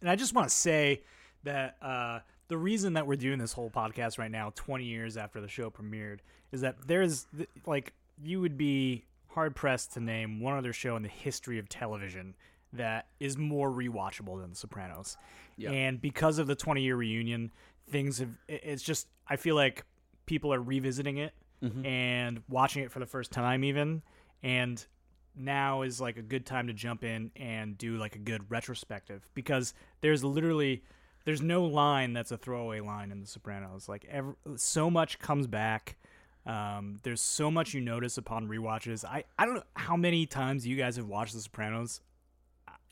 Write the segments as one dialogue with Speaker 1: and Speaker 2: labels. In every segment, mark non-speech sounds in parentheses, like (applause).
Speaker 1: And I just want to say that uh, the reason that we're doing this whole podcast right now, 20 years after the show premiered, is that there's th- like you would be hard pressed to name one other show in the history of television that is more rewatchable than The Sopranos.
Speaker 2: Yeah.
Speaker 1: And because of the 20 year reunion, things have it- it's just I feel like people are revisiting it and watching it for the first time even and now is like a good time to jump in and do like a good retrospective because there's literally there's no line that's a throwaway line in the sopranos like every, so much comes back um, there's so much you notice upon rewatches i i don't know how many times you guys have watched the sopranos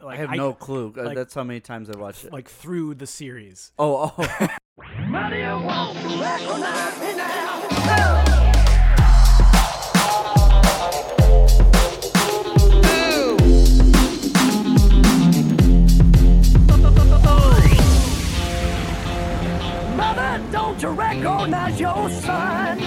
Speaker 1: like
Speaker 2: I have no clue. Uh,
Speaker 1: like-
Speaker 2: That's how many times I've watched it.
Speaker 1: like through the series
Speaker 2: oh, oh. (laughs)
Speaker 3: Mother, don't you recognize your son?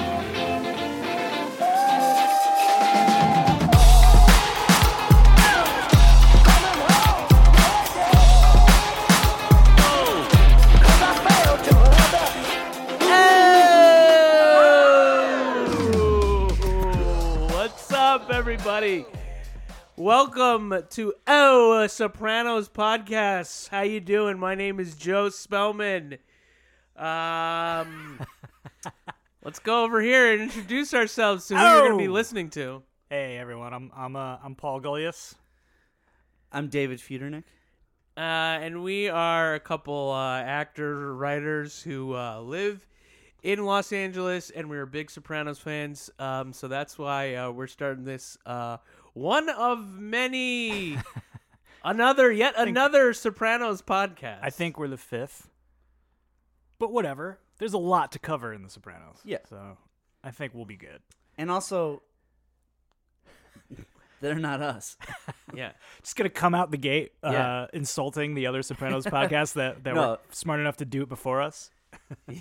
Speaker 3: Oh,
Speaker 4: What's up, everybody? Welcome to Oh a Sopranos podcast. How you doing? My name is Joe Spellman. Um, let's go over here and introduce ourselves to who you're going to be
Speaker 1: Oh.
Speaker 4: listening to.
Speaker 1: hey everyone i'm i'm uh, i'm paul gullius
Speaker 2: I'm David Feudernick.
Speaker 4: Uh, and we are a couple uh, actors or writers who uh, live in Los Angeles, and we're big Sopranos fans. Um, so that's why uh, we're starting this uh, one of many, another yet another Sopranos podcast.
Speaker 1: I think we're the fifth. But whatever. There's a lot to cover in The Sopranos.
Speaker 2: Yeah.
Speaker 1: So I think we'll be good.
Speaker 2: And also, they're not us.
Speaker 4: yeah,
Speaker 1: Just gonna come out the gate uh,
Speaker 4: Yeah.
Speaker 1: insulting the other Sopranos
Speaker 2: (laughs)
Speaker 1: podcasts that, that
Speaker 2: No.
Speaker 1: were smart enough to do it before us.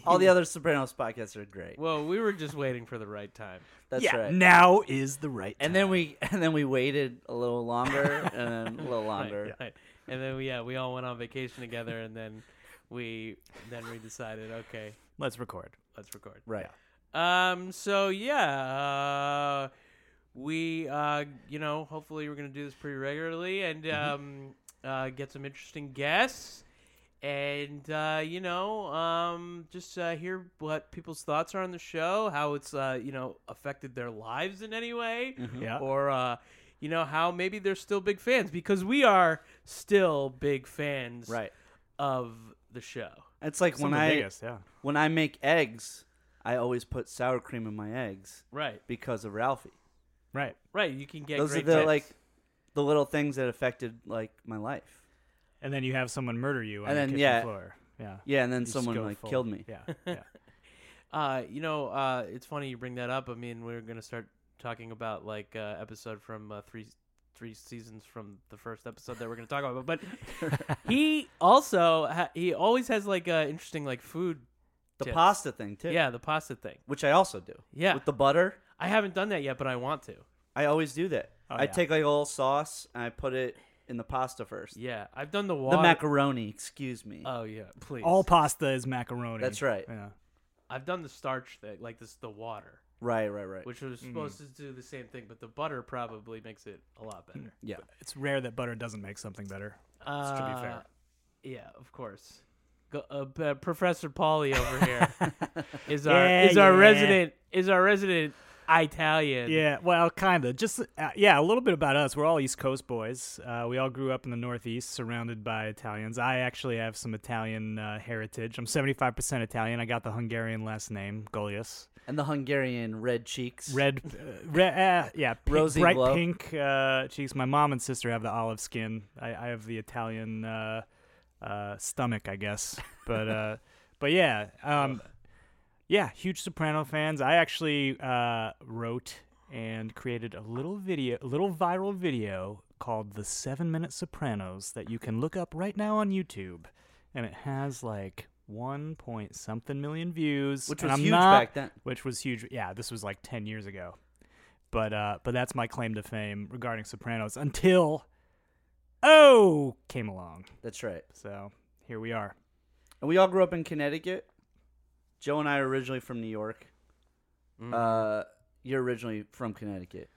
Speaker 2: All the other Sopranos podcasts are great.
Speaker 4: well, we were just waiting for the right time.
Speaker 2: That's
Speaker 1: yeah.
Speaker 2: right.
Speaker 1: Now is the right time.
Speaker 2: and then we and then we waited a little
Speaker 1: (laughs)
Speaker 2: longer and then a little longer.
Speaker 4: Right, right. And then we, yeah, we all went on vacation together, and then we then we decided, okay,
Speaker 1: let's record.
Speaker 4: let's record.
Speaker 2: Right.
Speaker 4: Um. So yeah, uh, we uh, you know, hopefully we're gonna do this pretty regularly and
Speaker 2: Mm-hmm.
Speaker 4: um, uh, get some interesting guests, and uh, you know, um, just uh, hear what people's thoughts are on the show, how it's uh, you know, affected their lives in any way,
Speaker 2: Mm-hmm.
Speaker 1: Yeah.
Speaker 4: or uh, you know, how maybe they're still big fans because we are still big fans,
Speaker 2: Right.
Speaker 4: of the show.
Speaker 2: It's like
Speaker 1: Some
Speaker 2: when
Speaker 1: of the
Speaker 2: I
Speaker 1: biggest, yeah.
Speaker 2: when I make eggs, I always put sour cream in my eggs
Speaker 4: Right.
Speaker 2: because of Ralphie.
Speaker 1: Right.
Speaker 4: Right. You can get
Speaker 2: Those are
Speaker 4: great
Speaker 2: the
Speaker 4: tips.
Speaker 2: like the little things that affected like my life.
Speaker 1: And then you have someone murder you on
Speaker 2: And
Speaker 1: the
Speaker 2: then,
Speaker 1: kitchen
Speaker 2: yeah.
Speaker 1: floor. Yeah.
Speaker 2: Yeah, and then
Speaker 1: You just
Speaker 2: someone
Speaker 1: go
Speaker 2: like
Speaker 1: full-
Speaker 2: killed me. (laughs)
Speaker 1: Yeah. Yeah.
Speaker 4: Uh, you know, uh, it's funny you bring that up. I mean, we're gonna start talking about like uh, episode from uh, three three seasons from the first episode that we're gonna talk
Speaker 2: (laughs)
Speaker 4: about. But he also ha- he always has like uh, interesting like food.
Speaker 2: The
Speaker 4: tips.
Speaker 2: pasta thing too.
Speaker 4: Yeah, the pasta thing.
Speaker 2: Which I also do.
Speaker 4: Yeah.
Speaker 2: With the butter.
Speaker 4: I haven't done that yet, but I want to.
Speaker 2: I always do that. I
Speaker 1: yeah.
Speaker 2: take like a little sauce and I put it in the pasta first.
Speaker 4: Yeah, I've done the water.
Speaker 2: The macaroni, excuse me.
Speaker 4: Oh yeah, please.
Speaker 1: All pasta is macaroni.
Speaker 2: That's right.
Speaker 1: Yeah.
Speaker 4: I've done the starch thing, like this the water,
Speaker 2: right, right, right.
Speaker 4: which was supposed to do the same thing, but the butter probably makes it a lot better.
Speaker 2: yeah.
Speaker 1: It's rare that butter doesn't make something better.
Speaker 4: Uh,
Speaker 1: to be fair.
Speaker 4: Yeah, of course. Go, uh, P- uh, Professor Polly
Speaker 1: (laughs)
Speaker 4: over here is our
Speaker 1: Yeah,
Speaker 4: is our
Speaker 1: yeah.
Speaker 4: resident is our resident Italian.
Speaker 1: Yeah, well, kind of. Just uh, yeah, a little bit about us. We're all East Coast boys. Uh, we all grew up in the Northeast, surrounded by Italians. I actually have some Italian uh, heritage. I'm 75% Italian. I got the Hungarian last name, Golius.
Speaker 2: And the Hungarian red cheeks.
Speaker 1: Red, uh, red, uh, yeah, pink,
Speaker 2: Rosy
Speaker 1: bright
Speaker 2: glow.
Speaker 1: pink uh, cheeks. My mom and sister have the olive skin. I, I have the Italian uh, uh, stomach, I guess. But uh, but yeah, um, yeah, huge Soprano fans. I actually uh, wrote and created a little video, a little viral video called "The Seven Minute Sopranos" that you can look up right now on YouTube, and it has like one point something million views,
Speaker 2: Which
Speaker 1: and
Speaker 2: was
Speaker 1: I'm
Speaker 2: huge
Speaker 1: not-
Speaker 2: back then.
Speaker 1: which was huge. Yeah, this was like ten years ago, but uh, but that's my claim to fame regarding Sopranos until oh came along.
Speaker 2: That's right.
Speaker 1: So here we are.
Speaker 2: And we all grew up in Connecticut. Joe and I are originally from New York. Uh, you're originally from Connecticut.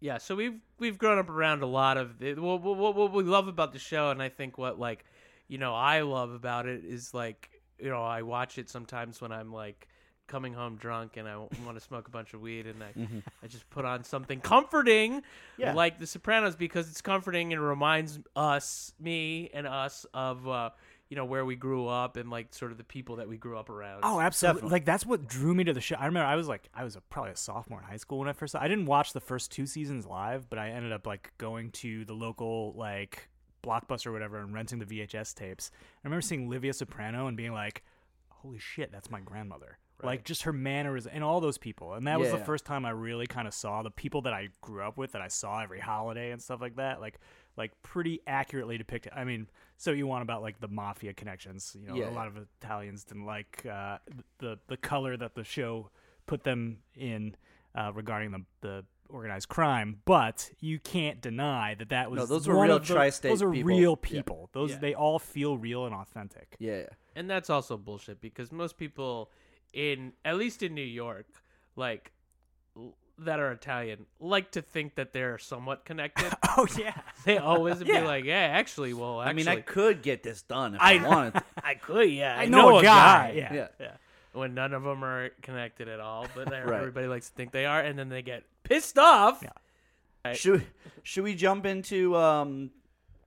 Speaker 4: Yeah, so we've we've grown up around a lot of the, what, what, what we love about the show, and I think what like you know I love about it is like you know I watch it sometimes when I'm like coming home drunk and I (laughs) want to smoke a bunch of weed, and I I just put on something comforting,
Speaker 2: Yeah.
Speaker 4: like The Sopranos, because it's comforting and reminds us, me and us of uh, you know where we grew up and like sort of the people that we grew up around.
Speaker 1: Oh, absolutely.
Speaker 2: Definitely.
Speaker 1: Like that's what drew me to the show. I remember I was like I was a, probably a sophomore in high school when I first saw. I didn't watch the first two seasons live, but I ended up like going to the local like blockbuster or whatever and renting the VHS tapes. I remember seeing Livia Soprano and being like, "Holy shit, that's my grandmother." Like just her mannerism and all those people. And that was the
Speaker 2: Yeah.
Speaker 1: first time I really kind of saw the people that I grew up with that I saw every holiday and stuff like that. Like like pretty accurately depicted. I mean, so you want about like the mafia connections, you know, a
Speaker 2: Yeah.
Speaker 1: lot of Italians didn't like uh, the the color that the show put them in uh, regarding the the organized crime, but you can't deny that that was
Speaker 2: No, those were
Speaker 1: one
Speaker 2: real
Speaker 1: of the-
Speaker 2: tri-state
Speaker 1: Those are
Speaker 2: people.
Speaker 1: real
Speaker 2: Yeah.
Speaker 1: people. Those
Speaker 4: Yeah.
Speaker 1: they all feel real and authentic.
Speaker 2: Yeah.
Speaker 4: And that's also bullshit because most people in at least in New York, like l- that are Italian, like to think that they're somewhat connected.
Speaker 1: (laughs) Oh yeah,
Speaker 4: they always be
Speaker 1: Yeah.
Speaker 4: like, "Yeah, actually, well,
Speaker 2: I
Speaker 4: actually,
Speaker 2: mean, I could get this done if I, wanted.
Speaker 4: I could, yeah, (laughs)
Speaker 1: I know, a guy. Yeah.
Speaker 2: Yeah.
Speaker 4: yeah." When none of them are connected at all, but they-
Speaker 2: Right.
Speaker 4: everybody likes to think they are, and then they get pissed off.
Speaker 1: Yeah.
Speaker 4: Right.
Speaker 2: Should should we jump into um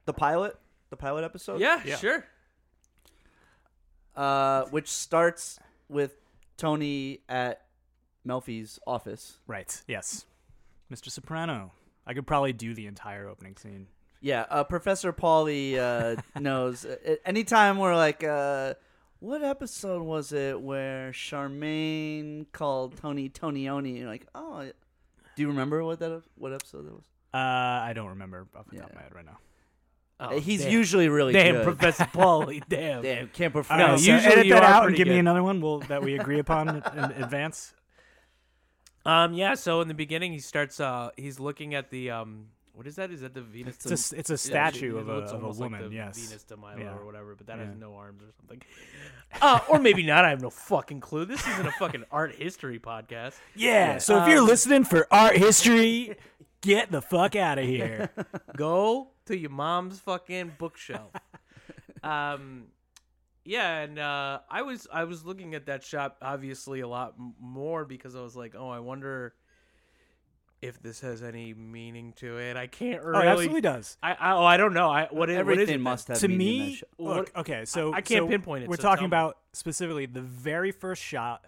Speaker 2: the pilot? The pilot episode?
Speaker 4: Yeah,
Speaker 1: Yeah.
Speaker 4: sure.
Speaker 2: Uh, which starts with Tony at Melfi's office.
Speaker 1: right. Yes, Mr. Soprano. I could probably do the entire opening scene.
Speaker 2: Yeah, uh, Professor Pauly
Speaker 4: (laughs)
Speaker 2: uh, knows. Uh, anytime we're like, uh, what episode was it where Charmaine called Tony Tonyoni? And you're like, oh, I- do you remember what that what episode that was?
Speaker 1: Uh, I don't remember off the top of
Speaker 2: Yeah.
Speaker 1: my head right now.
Speaker 4: Oh,
Speaker 2: Uh, He's
Speaker 4: damn.
Speaker 2: usually really
Speaker 4: damn
Speaker 2: good.
Speaker 4: (laughs) Professor Pauly. Damn.
Speaker 2: damn, can't perform.
Speaker 1: All right,
Speaker 4: No,
Speaker 1: so
Speaker 4: usually
Speaker 1: edit
Speaker 4: you
Speaker 1: that
Speaker 4: are
Speaker 1: out and
Speaker 4: pretty
Speaker 1: give me
Speaker 4: good.
Speaker 1: another one. We'll that we agree
Speaker 4: (laughs)
Speaker 1: upon in advance.
Speaker 4: Um, yeah. So in the beginning, he starts. Uh, he's looking at the um, what is that? Is that the Venus?
Speaker 1: It's a, s- it's a statue of a,
Speaker 4: looks
Speaker 1: of a
Speaker 4: almost like
Speaker 1: woman.
Speaker 4: the
Speaker 1: yes.
Speaker 4: Venus de Milo
Speaker 1: Yeah.
Speaker 4: or whatever, but that
Speaker 1: Yeah.
Speaker 4: has no arms or
Speaker 1: (laughs)
Speaker 4: something. Uh, or maybe not. I have no fucking clue. This isn't a fucking art history podcast.
Speaker 1: Yeah. So
Speaker 4: Um,
Speaker 1: if you're listening for art history, get the fuck out of
Speaker 4: (laughs)
Speaker 1: here. Oh,
Speaker 4: Go to your mom's fucking
Speaker 1: (laughs)
Speaker 4: bookshelf. um, yeah, and uh, I was I was looking at that shop obviously a lot m- more because I was like, oh, I wonder if this has any meaning to it. I can't
Speaker 1: Oh,
Speaker 4: really.
Speaker 1: it absolutely does.
Speaker 4: I, I oh I don't know. I what is, what is
Speaker 2: Everything
Speaker 4: it
Speaker 2: must have
Speaker 1: To
Speaker 2: meaning in that
Speaker 1: me,
Speaker 2: show.
Speaker 1: look, okay, so
Speaker 4: I can't
Speaker 1: so
Speaker 4: pinpoint it,
Speaker 1: We're
Speaker 4: so tell
Speaker 1: talking
Speaker 4: me.
Speaker 1: about specifically the very first shot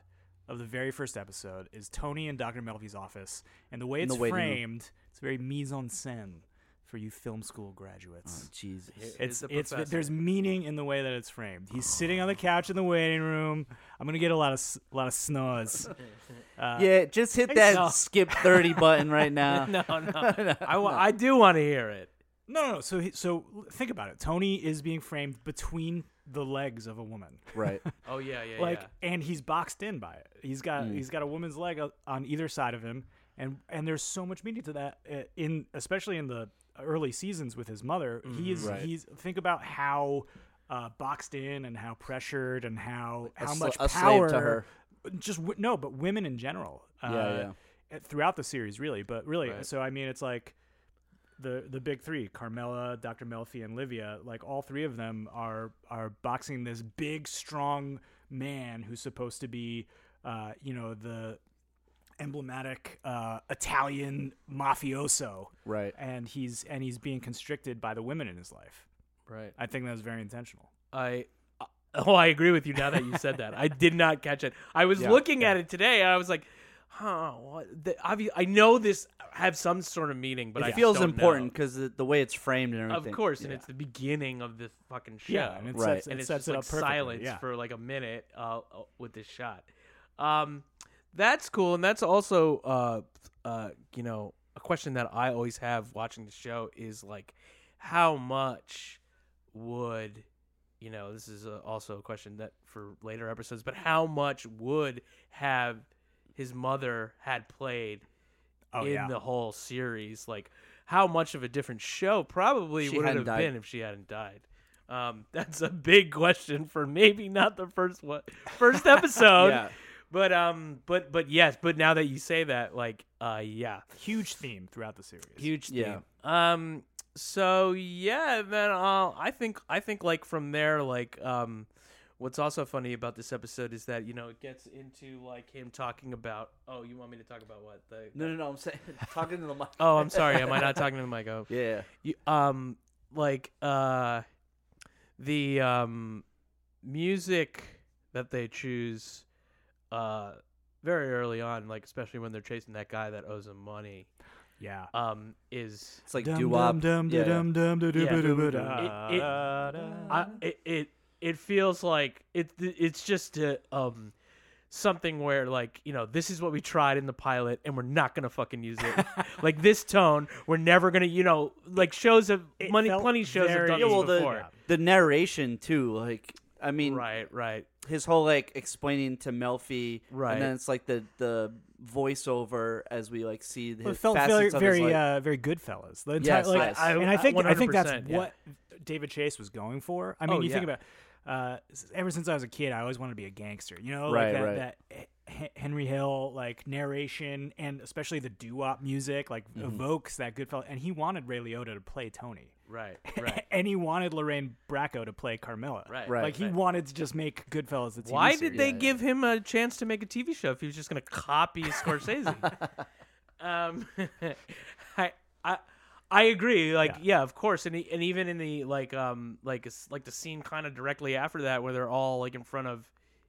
Speaker 1: of the very first episode is Tony in Dr. Melville's office, and the way
Speaker 2: In
Speaker 1: it's
Speaker 2: the waiting room.
Speaker 1: framed, it's very mise en scène for you film school
Speaker 2: Oh,
Speaker 1: graduates.
Speaker 2: Jesus.
Speaker 1: It's,
Speaker 4: the
Speaker 1: it's
Speaker 4: professor.
Speaker 1: there's meaning in the way that it's framed.
Speaker 2: Oh.
Speaker 1: He's sitting on the couch in the waiting room. I'm gonna get a lot of s- a lot of snores.
Speaker 4: (laughs)
Speaker 2: yeah, just hit that
Speaker 4: so.
Speaker 2: skip thirty button right now.
Speaker 4: (laughs) no,
Speaker 2: (laughs)
Speaker 4: no. I, wa- I do want to hear it.
Speaker 1: No, no, no. So, he, so think about it. Tony is being framed between the legs of a woman,
Speaker 2: Right.
Speaker 4: Oh yeah, yeah,
Speaker 1: like,
Speaker 4: yeah.
Speaker 1: and he's boxed in by it. He's got
Speaker 2: Mm.
Speaker 1: he's got a woman's leg o- on either side of him, and and there's so much meaning to that. uh, In especially in the early seasons with his mother, he is
Speaker 2: Mm-hmm. Right.
Speaker 1: he's think about how. Uh, boxed in and how pressured and how how
Speaker 2: sl-
Speaker 1: much
Speaker 2: a slave
Speaker 1: power
Speaker 2: to her.
Speaker 1: just w- no but women in general uh,
Speaker 2: yeah.
Speaker 1: uh, throughout the series really but really so i mean it's like the the big three carmela dr melfi and livia like all three of them are are boxing this big strong man who's supposed to be uh you know the emblematic uh italian mafioso
Speaker 2: Right.
Speaker 1: and he's and he's being constricted by the women in his life
Speaker 4: Right.
Speaker 1: i think that was very intentional
Speaker 4: I. Oh, I agree with you now that you said that. I did not catch it. I was
Speaker 2: Yeah,
Speaker 4: looking at it today. And I was like, huh. What? The, obvi- I know this have some sort of meaning, but
Speaker 2: It
Speaker 4: I
Speaker 2: feels
Speaker 4: just don't
Speaker 2: important
Speaker 4: know.
Speaker 2: because the, the way it's framed and everything.
Speaker 4: Of course, and
Speaker 2: Yeah.
Speaker 4: it's the beginning of the fucking show.
Speaker 1: and it
Speaker 2: Right.
Speaker 1: sets, it
Speaker 4: and it's
Speaker 1: sets
Speaker 4: just
Speaker 1: it
Speaker 4: like
Speaker 1: up perfectly
Speaker 4: silence
Speaker 1: yeah.
Speaker 4: for like a minute uh, uh, with this shot. Um, that's cool, and that's also uh, uh, you know a question that I always have watching the show is like, how much would you know? This is uh also a question that for later episodes, but how much would have his mother had played
Speaker 1: oh
Speaker 4: in
Speaker 1: yeah
Speaker 4: the whole series? Like, how much of a different show probably
Speaker 2: She
Speaker 4: would it
Speaker 2: hadn't
Speaker 4: have
Speaker 2: died.
Speaker 4: been if she hadn't died? Um, (laughs) that's a big question for maybe not the first one,
Speaker 2: (laughs)
Speaker 4: first episode.
Speaker 5: Yeah.
Speaker 4: But um, but but yes, but now that you say that, like, uh, yeah,
Speaker 1: Huge theme throughout the series.
Speaker 4: huge
Speaker 5: Yeah.
Speaker 4: theme. Um. So yeah, then uh, I think I think like from there, like um, what's also funny about this episode is that you know it gets into like him talking about. Oh, you want me to talk about what the?
Speaker 2: No, no, no. I'm
Speaker 4: (laughs)
Speaker 2: saying talking to the mic.
Speaker 1: (laughs)
Speaker 4: Oh, I'm sorry. Am I not talking to the
Speaker 2: (laughs)
Speaker 4: mic? Oh,
Speaker 5: Yeah.
Speaker 4: you, um like uh the um music that they choose uh very early on like especially when they're chasing that guy that owes them money
Speaker 1: Yeah.
Speaker 4: um is
Speaker 5: It's like
Speaker 1: Dum,
Speaker 5: doo wop.
Speaker 1: dum, dum,
Speaker 5: Yeah.
Speaker 1: dum, dum, dum, dum,
Speaker 4: Yeah.
Speaker 1: dum, dum,
Speaker 4: It- it-
Speaker 1: da, da.
Speaker 4: I, it, it it feels like it it's just a, um something where like you know this is what we tried in the pilot and we're not gonna fucking use
Speaker 1: (laughs)
Speaker 4: it like this tone we're never gonna you know like shows have
Speaker 1: It
Speaker 4: money
Speaker 1: felt
Speaker 4: plenty shows have
Speaker 1: very-
Speaker 4: done
Speaker 1: Yeah,
Speaker 4: this
Speaker 1: well,
Speaker 2: the-
Speaker 4: before
Speaker 2: The narration too. Like, I mean,
Speaker 4: right right
Speaker 2: his whole like explaining to Melfi,
Speaker 4: Right.
Speaker 2: And then it's like the the voiceover as we like see his
Speaker 1: Well, it felt very,
Speaker 2: facets of
Speaker 1: very,
Speaker 2: his, like,
Speaker 1: uh, very good fellas. The entire,
Speaker 2: Yes,
Speaker 1: like,
Speaker 2: yes.
Speaker 1: I, and I think, I think that's
Speaker 4: 100%, yeah.
Speaker 1: what David Chase was going for. I mean,
Speaker 4: Oh,
Speaker 1: you think
Speaker 4: yeah.
Speaker 1: about, uh, s- ever since I was a kid, I always wanted to be a gangster. You know, like
Speaker 5: Right,
Speaker 1: that,
Speaker 5: right.
Speaker 1: that H- Henry Hill like narration and especially the doo wop music like evokes that good fella. And he wanted Ray Liotta to play Tony,
Speaker 4: Right, right,
Speaker 1: (laughs) and he wanted Lorraine Bracco to play Carmela.
Speaker 4: right,
Speaker 5: Right.
Speaker 1: Like he wanted to just make Goodfellas the TV
Speaker 4: Why
Speaker 1: series.
Speaker 4: did they give him a chance to make a TV show if he was just going to
Speaker 2: (laughs)
Speaker 4: copy Scorsese? um, (laughs) I, I, I agree. Like, yeah, of course, and he, and even in the like, um, like it's- like the scene kind of directly after that where they're all like in front of,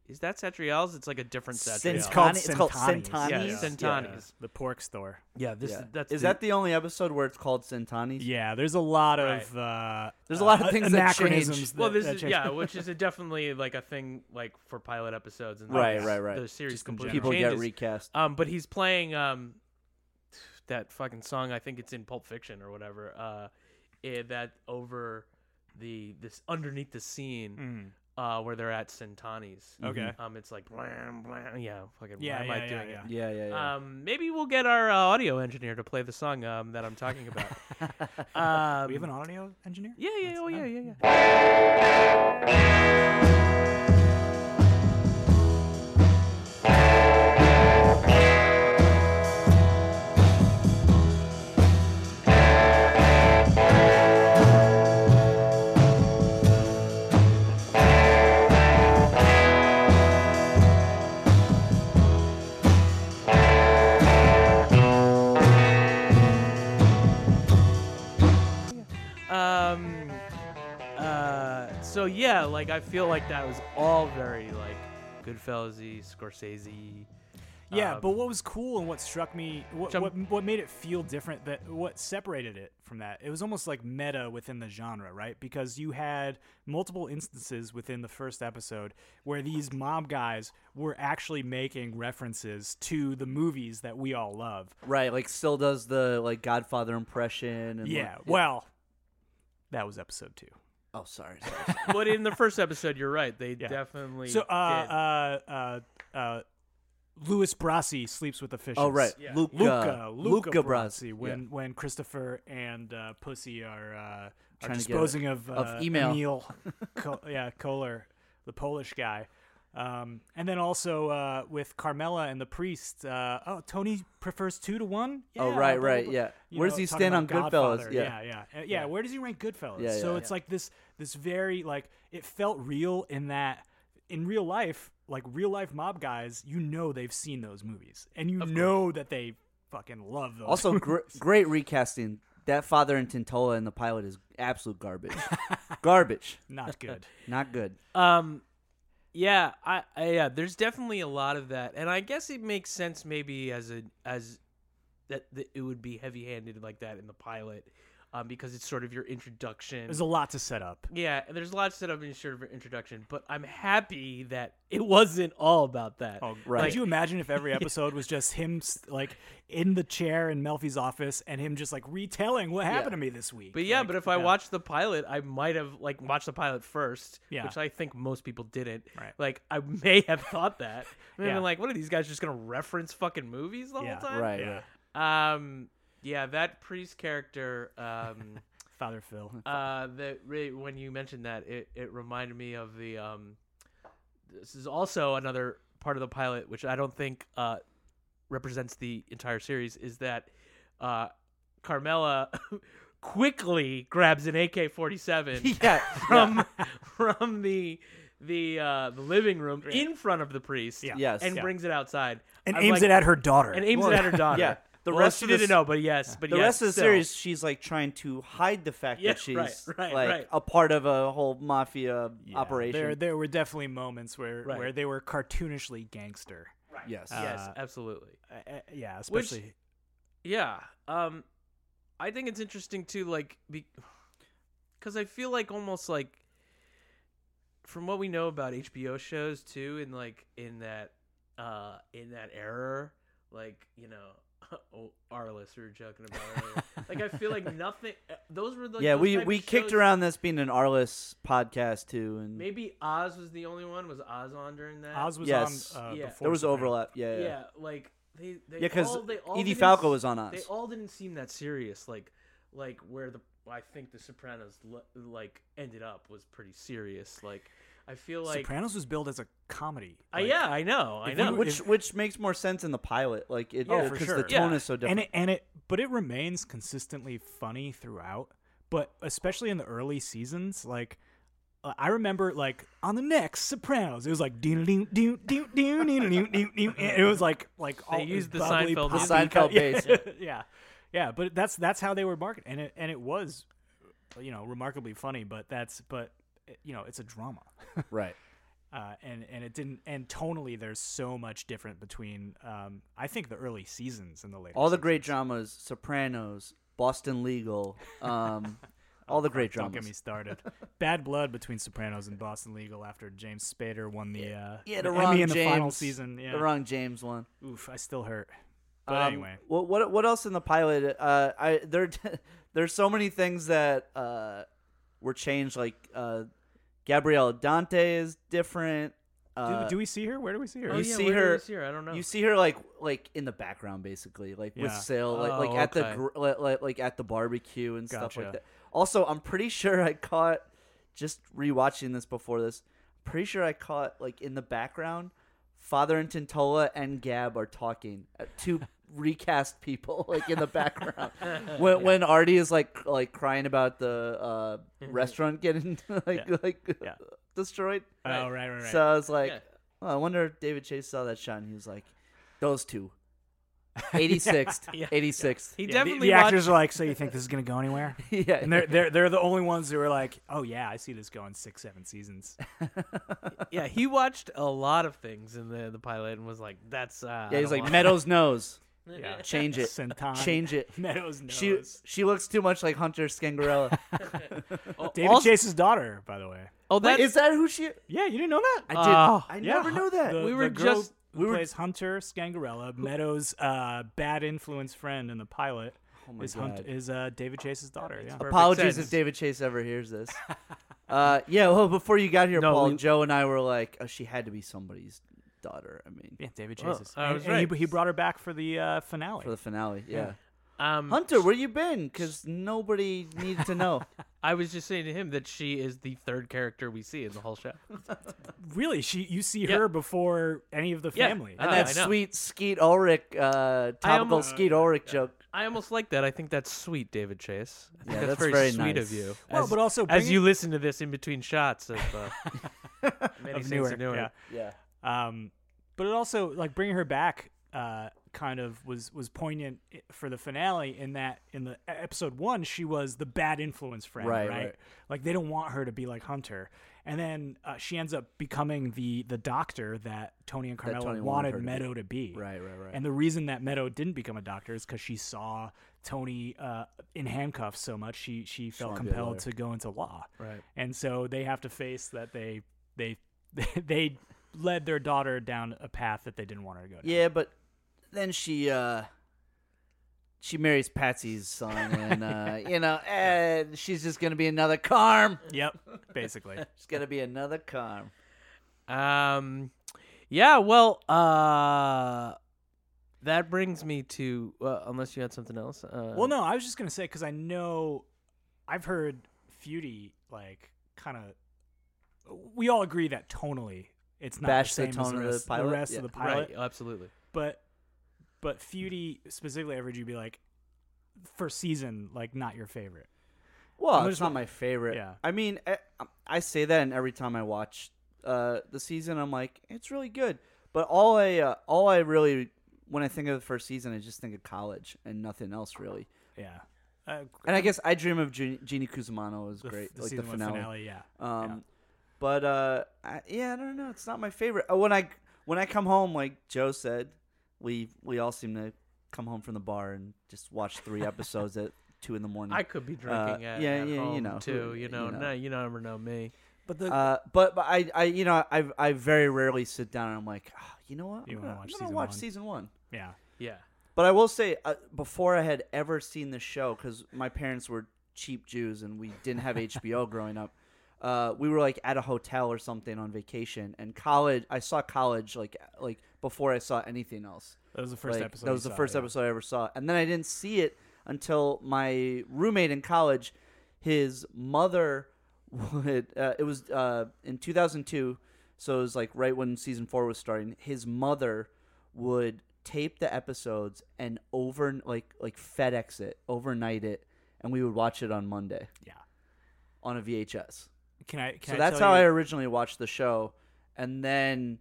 Speaker 4: is that Satriel's? It's like a different
Speaker 2: Centani-
Speaker 4: Satriel's.
Speaker 1: It's called
Speaker 2: It's called
Speaker 1: Centani's.
Speaker 4: yeah,
Speaker 2: Centani's.
Speaker 4: Centani's.
Speaker 1: uh, the pork store?
Speaker 4: Yeah, this
Speaker 2: Yeah.
Speaker 4: that's
Speaker 2: is
Speaker 4: the-
Speaker 2: that the only episode where it's called Centani's?
Speaker 1: Yeah, there's a lot of uh,
Speaker 2: There's a lot of
Speaker 1: uh,
Speaker 2: things that change.
Speaker 1: anachronisms.
Speaker 4: well,
Speaker 1: that-
Speaker 4: this
Speaker 1: that
Speaker 4: is
Speaker 1: change. (laughs)
Speaker 4: yeah, which is a definitely like a thing like for pilot episodes and
Speaker 2: Right,
Speaker 4: like,
Speaker 2: right, right.
Speaker 4: The series
Speaker 1: Just in
Speaker 4: completely
Speaker 2: People get
Speaker 4: changes.
Speaker 2: recast.
Speaker 4: Um, but he's playing um, that fucking song. I think it's in Pulp Fiction or whatever. Uh, eh, that over the this underneath the scene
Speaker 1: Mm.
Speaker 4: uh where they're at Centani's.
Speaker 1: Okay.
Speaker 4: Um, it's like blam blam. Yeah, fucking.
Speaker 1: Yeah,
Speaker 4: why am
Speaker 1: yeah,
Speaker 4: I
Speaker 1: yeah,
Speaker 4: doing
Speaker 1: yeah.
Speaker 4: it?
Speaker 2: Yeah, yeah, yeah.
Speaker 4: Um, maybe we'll get our uh, audio engineer to play the song um that I'm talking about.
Speaker 1: (laughs)
Speaker 4: um,
Speaker 1: We have an audio engineer.
Speaker 4: yeah, yeah, oh yeah, yeah, yeah. um uh so yeah like i feel like that was all very like goodfellasy scorsese
Speaker 1: Yeah,
Speaker 4: Um,
Speaker 1: but what was cool and what struck me, what,
Speaker 4: Jump-
Speaker 1: what what made it feel different, that what separated it from that, it was almost like meta within the genre, right? Because you had multiple instances within the first episode where these mob guys were actually making references to the movies that we all love.
Speaker 2: right, like still does the like Godfather impression. And
Speaker 1: Yeah,
Speaker 2: like-
Speaker 1: well, that was episode two.
Speaker 2: oh, sorry. sorry.
Speaker 4: but in the first episode you're right they
Speaker 1: Yeah.
Speaker 4: definitely
Speaker 1: So, uh,
Speaker 4: did.
Speaker 1: uh, uh, uh, Louis Brassi sleeps with the fishes.
Speaker 2: oh, right. Luca,
Speaker 1: Luca, Luca,
Speaker 2: Luca
Speaker 1: Brasi,
Speaker 2: Brasi.
Speaker 1: when when Christopher and uh, Pussy are uh, are
Speaker 2: Trying to get
Speaker 1: disposing of, uh,
Speaker 2: of email. (laughs)
Speaker 1: Emil, Ko- yeah, Kohler, the Polish guy, um, and then also uh, with Carmela and the priest. Uh, oh, Tony prefers two to one.
Speaker 2: Oh,
Speaker 1: Yeah,
Speaker 2: right,
Speaker 1: blah, blah,
Speaker 2: right,
Speaker 1: blah.
Speaker 2: yeah.
Speaker 1: You
Speaker 2: Where does he
Speaker 1: talking
Speaker 2: stand
Speaker 1: about
Speaker 2: on Goodfellas?
Speaker 1: Godfather.
Speaker 2: Yeah.
Speaker 1: Yeah. yeah, yeah, yeah, Where does he rank Goodfellas?
Speaker 2: Yeah,
Speaker 1: so
Speaker 2: yeah.
Speaker 1: it's like this this very like it felt real in that in real life like real life mob guys you know they've seen those movies and you know that they fucking love those
Speaker 2: (laughs) Also, gr- great recasting. That father in Tintola in the pilot is absolute garbage. garbage. (laughs)
Speaker 1: not good
Speaker 2: Not good.
Speaker 4: Um, yeah, I, I yeah, there's definitely a lot of that, and I guess it makes sense maybe as a as that, that it would be heavy handed like that in the pilot, um, because it's sort of your introduction.
Speaker 1: there's a lot to set up
Speaker 4: yeah, and there's a lot set up in sort of your introduction, but I'm happy that (laughs) it wasn't all about that.
Speaker 1: oh
Speaker 2: right.
Speaker 1: could you imagine if
Speaker 2: (laughs)
Speaker 1: every episode was just him s- like in the chair in melfi's office and him just like retelling what happened to me this week
Speaker 4: But yeah,
Speaker 1: Like,
Speaker 4: but if I
Speaker 1: yeah.
Speaker 4: watched the pilot, I might have like watched the pilot first,
Speaker 1: Yeah.
Speaker 4: which I think most people didn't.
Speaker 1: Right.
Speaker 4: Like I (laughs) may have
Speaker 1: (laughs)
Speaker 4: thought that. Maybe
Speaker 1: Yeah.
Speaker 4: like, what are these guys just gonna reference fucking movies the
Speaker 1: Yeah.
Speaker 4: whole time?
Speaker 2: Right.
Speaker 1: yeah
Speaker 2: right.
Speaker 1: (laughs)
Speaker 4: Um, yeah, that priest character. Um,
Speaker 1: Father Phil.
Speaker 2: (laughs)
Speaker 4: Uh, that really, when you mentioned that, it, it reminded me of the. Um, this is also another part of the pilot, which I don't think uh, represents the entire series, is that uh, Carmela (laughs) quickly grabs an AK forty seven
Speaker 2: (laughs) yeah,
Speaker 4: from (laughs) from the the uh, the living room in front of the priest,
Speaker 1: Yeah.
Speaker 2: Yes.
Speaker 4: and
Speaker 1: Yeah.
Speaker 4: brings it outside
Speaker 1: and
Speaker 4: I'm
Speaker 1: aims
Speaker 4: like-
Speaker 1: it at her daughter.
Speaker 4: and aims
Speaker 2: Well, (laughs)
Speaker 4: it at her daughter.
Speaker 2: yeah. The
Speaker 4: the
Speaker 2: rest
Speaker 4: rest she
Speaker 2: of the
Speaker 4: didn't
Speaker 2: s-
Speaker 4: know, but yes, but
Speaker 2: the
Speaker 4: yes,
Speaker 2: rest of the
Speaker 4: still.
Speaker 2: series, she's like trying to hide the fact
Speaker 4: Yeah,
Speaker 2: that she's
Speaker 4: right, right,
Speaker 2: like
Speaker 4: right.
Speaker 2: a part of a whole mafia
Speaker 1: Yeah.
Speaker 2: operation.
Speaker 1: There, there were definitely moments where
Speaker 4: Right.
Speaker 1: where they were cartoonishly gangster.
Speaker 2: yes.
Speaker 4: yes,
Speaker 1: uh,
Speaker 4: absolutely.
Speaker 1: Uh, uh, yeah,
Speaker 4: Which-
Speaker 1: especially
Speaker 4: Yeah. Um I think it's interesting too like be- cuz I feel like almost like from what we know about HBO shows too in like in that uh in that era like, you know, (laughs) oh, Arliss we were joking about
Speaker 2: (laughs)
Speaker 4: earlier. like I feel like nothing uh, those were like
Speaker 2: yeah,
Speaker 4: those
Speaker 2: we
Speaker 4: type of
Speaker 2: we kicked
Speaker 4: shows-
Speaker 2: around this being an Arliss podcast too, and
Speaker 4: Maybe Oz was the only one was Oz on during that?
Speaker 1: Oz was
Speaker 2: yes.
Speaker 1: on. Uh,
Speaker 4: Yeah.
Speaker 1: before
Speaker 2: there was
Speaker 1: Sopranos.
Speaker 2: overlap. Yeah,
Speaker 4: yeah,
Speaker 2: yeah.
Speaker 4: like they they
Speaker 2: Yeah, 'cause
Speaker 4: all- they all
Speaker 2: Edie
Speaker 4: didn't
Speaker 2: Falco
Speaker 4: s-
Speaker 2: was on Oz.
Speaker 4: They all didn't seem that serious. Like, like where the I think the Sopranos le- like ended up was pretty serious. Like, I feel like
Speaker 1: Sopranos was billed as a comedy.
Speaker 4: Uh,
Speaker 1: like-
Speaker 4: yeah, I know, I
Speaker 1: if we
Speaker 4: know.
Speaker 1: were-
Speaker 2: which which makes more sense in the pilot. Like it,
Speaker 1: Oh, for
Speaker 2: because the
Speaker 1: sure.
Speaker 2: tone
Speaker 4: Yeah.
Speaker 2: is so different.
Speaker 1: And it, and it, but it remains consistently funny throughout. But especially in the early seasons, like uh, I remember, like on the next Sopranos, it was like doo doo doo doo doo doo doo doo doo. It was like like all
Speaker 4: used
Speaker 1: it
Speaker 4: the
Speaker 1: was bubbly,
Speaker 4: Seinfeld- The
Speaker 1: poppy,
Speaker 2: Seinfeld
Speaker 1: kind-
Speaker 2: bass,
Speaker 1: Yeah, (laughs) yeah, yeah. But that's that's how they were marketed, and it and it was, you know, remarkably funny. But that's but eh, you know, it's a drama.
Speaker 2: right.
Speaker 1: Uh, and and it didn't and tonally there's so much different between um, I think the early seasons and the later
Speaker 2: All the
Speaker 1: seasons.
Speaker 2: great dramas: Sopranos, Boston
Speaker 4: (laughs)
Speaker 2: Legal, um, all the great
Speaker 1: Don't get me
Speaker 2: dramas.
Speaker 1: started. Bad blood between Sopranos and Boston Legal after James Spader won the uh,
Speaker 2: Yeah, the
Speaker 1: Emmy
Speaker 2: wrong
Speaker 1: in the
Speaker 2: James,
Speaker 1: final season. Yeah,
Speaker 2: the wrong James one.
Speaker 1: oof, I still hurt. But
Speaker 2: Um,
Speaker 1: anyway,
Speaker 2: what what what else in the pilot? Uh, I there (laughs) there's so many things that uh were changed. Like uh, Gabrielle Dante is different. Uh,
Speaker 1: do, do we see her? Where do we see her?
Speaker 4: oh,
Speaker 2: you
Speaker 4: yeah,
Speaker 2: see
Speaker 4: where did
Speaker 2: her-
Speaker 4: I see her? I don't know.
Speaker 2: You see her like like in the background, basically, like with
Speaker 1: Yeah.
Speaker 2: Sale, like
Speaker 4: Oh,
Speaker 2: like at
Speaker 4: okay.
Speaker 2: the gr- like, like like at the barbecue and stuff like
Speaker 1: Gotcha.
Speaker 2: that. Also, I'm pretty sure I caught just rewatching this before this. Pretty sure I caught like in the background, Father and Tintola and Gab are talking uh, two recast people (laughs) like in the background when when Artie is like like crying about the uh, restaurant getting (laughs) like like
Speaker 1: Yeah.
Speaker 2: (laughs) destroyed.
Speaker 1: oh right, right, right.
Speaker 2: So I was like,
Speaker 4: Yeah.
Speaker 2: oh, I wonder if David Chase saw that shot and he was like, those
Speaker 4: (laughs)
Speaker 2: two. 86th.
Speaker 4: Yeah.
Speaker 2: 86th.
Speaker 4: he
Speaker 1: Yeah, the,
Speaker 4: definitely
Speaker 1: the
Speaker 4: watched.
Speaker 1: actors are like, so you think this is gonna go anywhere?
Speaker 2: (laughs) Yeah.
Speaker 1: And they're they're they're the only ones who are like, oh yeah, I see this going six seven seasons.
Speaker 4: (laughs) yeah, he watched a lot of things in the the pilot and was like, "That's uh,
Speaker 2: (laughs) yeah,
Speaker 4: I
Speaker 2: he's
Speaker 4: don't
Speaker 2: like,
Speaker 4: want- (laughs)
Speaker 2: Meadows knows.
Speaker 1: Yeah,
Speaker 2: Change
Speaker 1: (laughs)
Speaker 2: it.
Speaker 1: Centon.
Speaker 2: Change it.
Speaker 1: (laughs) Meadows knows.
Speaker 2: She she looks too much like Hunter
Speaker 4: (laughs)
Speaker 2: Scangarella.
Speaker 4: Oh,
Speaker 1: David
Speaker 4: also-
Speaker 1: Chase's daughter, by the way.
Speaker 4: Oh,
Speaker 2: Wait,
Speaker 4: that
Speaker 2: is that who she?
Speaker 1: Yeah, you didn't know that?
Speaker 2: I did.
Speaker 4: Oh,
Speaker 2: I
Speaker 1: Yeah,
Speaker 2: never knew that.
Speaker 1: the-
Speaker 4: We were
Speaker 1: the girl
Speaker 4: just-
Speaker 1: who
Speaker 2: we were-
Speaker 1: plays Hunter Scangarella, Meadows' uh, bad influence friend in the pilot.
Speaker 2: Oh my
Speaker 1: is Hunt-
Speaker 2: God.
Speaker 1: is uh, David Chase's daughter? Yeah.
Speaker 4: perfect
Speaker 2: Apologies
Speaker 4: sense.
Speaker 2: if David Chase ever hears
Speaker 4: (laughs)
Speaker 2: this. Uh, yeah. Well, before you got here,
Speaker 4: No,
Speaker 2: Paul,
Speaker 4: we-
Speaker 2: Joe, and I were like, oh, she had to be somebody's daughter. I mean,
Speaker 1: Yeah, David
Speaker 4: Oh,
Speaker 1: Chase's.
Speaker 4: I
Speaker 1: and
Speaker 4: was
Speaker 1: and he-
Speaker 4: right.
Speaker 1: he, brought her back for the uh, finale.
Speaker 2: for the finale. Yeah.
Speaker 4: um,
Speaker 2: Hunter, where you been? Because nobody needed to
Speaker 4: (laughs)
Speaker 2: know.
Speaker 4: I was just saying to him that she is the third character we see in the whole show.
Speaker 1: really, she you see
Speaker 4: Yeah.
Speaker 1: her before any of the
Speaker 4: Yeah.
Speaker 1: family.
Speaker 4: And
Speaker 2: And
Speaker 4: Oh,
Speaker 2: that
Speaker 4: I know.
Speaker 2: sweet Skeet Ulrich, uh, topical
Speaker 4: almost-
Speaker 2: Skeet Ulrich joke.
Speaker 4: I almost like that. I think that's sweet, David Chase. I think
Speaker 2: Yeah,
Speaker 4: that's,
Speaker 2: that's
Speaker 4: very,
Speaker 2: very
Speaker 4: sweet
Speaker 2: nice.
Speaker 4: of you.
Speaker 1: Well, but also
Speaker 4: as you
Speaker 1: bringing-
Speaker 4: listen to this in between shots of uh,
Speaker 1: of
Speaker 4: (laughs) many things
Speaker 1: Newark,
Speaker 4: in Newark.
Speaker 1: yeah.
Speaker 2: Yeah.
Speaker 1: Um, but it also like bringing her back uh, kind of was was poignant i- for the finale in that in the e- episode one she was the bad influence friend,
Speaker 2: Right,
Speaker 1: right?
Speaker 2: right.
Speaker 1: Like they don't want her to be like Hunter, and then uh, she ends up becoming the the doctor that Tony and Carmela
Speaker 2: Tony
Speaker 1: wanted,
Speaker 2: wanted her to be.
Speaker 1: Meadow to be.
Speaker 2: Right, right, right.
Speaker 1: And the reason that Meadow didn't become a doctor is because she saw Tony uh, in handcuffs so much she she felt
Speaker 2: wanted to be a lawyer.
Speaker 1: compelled to go into law
Speaker 4: Right.
Speaker 1: and so they have to face that they they (laughs) they led their daughter down a path that they didn't want her to go down.
Speaker 2: Yeah, but then she uh, she marries Patsy's son, and
Speaker 4: (laughs)
Speaker 2: uh, you know, and she's just gonna be another Carm.
Speaker 1: Yep, basically. (laughs)
Speaker 2: She's gonna be another Carm.
Speaker 4: Um, yeah. Well, uh, that brings me to uh, unless you had something else. Uh,
Speaker 1: well, no, I was just gonna say because I know I've heard Feudy like kind of. We all agree that tonally, it's not
Speaker 2: Bash
Speaker 1: the
Speaker 2: the
Speaker 1: same as
Speaker 2: tone
Speaker 1: the
Speaker 2: of the
Speaker 1: rest,
Speaker 2: pilot?
Speaker 1: rest
Speaker 2: Yeah.
Speaker 1: of the pilot.
Speaker 4: Right, oh, absolutely.
Speaker 1: But but Feudy specifically, I heard you be like, first season, like not your favorite.
Speaker 2: Well,
Speaker 1: I'm
Speaker 2: it's
Speaker 1: just
Speaker 2: not
Speaker 1: wa-
Speaker 2: my favorite.
Speaker 1: Yeah.
Speaker 2: I mean, I, I say that, and every time I watch uh, the season, I'm like, it's really good. But all I, uh, all I really, when I think of the first season, I just think of college and nothing else really.
Speaker 1: Yeah. Uh,
Speaker 2: And I guess I dream of Jean- Jeannie Cusimano is
Speaker 1: the,
Speaker 2: great,
Speaker 1: the
Speaker 2: like the
Speaker 1: season one
Speaker 2: finale.
Speaker 1: finale. Yeah.
Speaker 2: Um, but uh, I, yeah, I don't know. It's not my favorite. Uh, When I when I come home, like Joe said, we we all seem to come home from the bar and just
Speaker 1: (laughs)
Speaker 2: watch three episodes at two in the morning.
Speaker 4: I could be drinking at,
Speaker 2: Uh, yeah,
Speaker 4: at
Speaker 2: yeah, you
Speaker 4: home
Speaker 2: know,
Speaker 4: too.
Speaker 2: who-
Speaker 4: you know,
Speaker 2: you know.
Speaker 4: no, you never know me.
Speaker 1: But the
Speaker 2: Uh, but but I, I you know I I very rarely sit down and I'm like "Ah, you know what
Speaker 1: You
Speaker 2: I'm
Speaker 1: wanna
Speaker 2: gonna,
Speaker 1: watch
Speaker 2: I'm gonna
Speaker 1: season
Speaker 2: watch
Speaker 1: one."
Speaker 2: season one.
Speaker 1: yeah.
Speaker 4: Yeah.
Speaker 2: But I will say uh, before I had ever seen the show because my parents were cheap Jews and we didn't have HBO growing up. Uh, we were like at a hotel or something on vacation and college. I saw college like like before I saw anything else.
Speaker 1: That was the first
Speaker 2: Like,
Speaker 1: episode.
Speaker 2: That
Speaker 1: you
Speaker 2: was the
Speaker 1: saw,
Speaker 2: first
Speaker 1: yeah.
Speaker 2: episode I ever saw, and then I didn't see it until my roommate in college. His mother (laughs) would. Uh, it was uh, in 2002, so it was like right when season four was starting. His mother would tape the episodes and over like like FedEx it, overnight it, and we would watch it on Monday
Speaker 1: Yeah.
Speaker 2: on a VHS
Speaker 1: Can I? Can
Speaker 2: so
Speaker 1: I
Speaker 2: that's
Speaker 1: tell
Speaker 2: how I
Speaker 1: you-
Speaker 2: originally watched the show, and then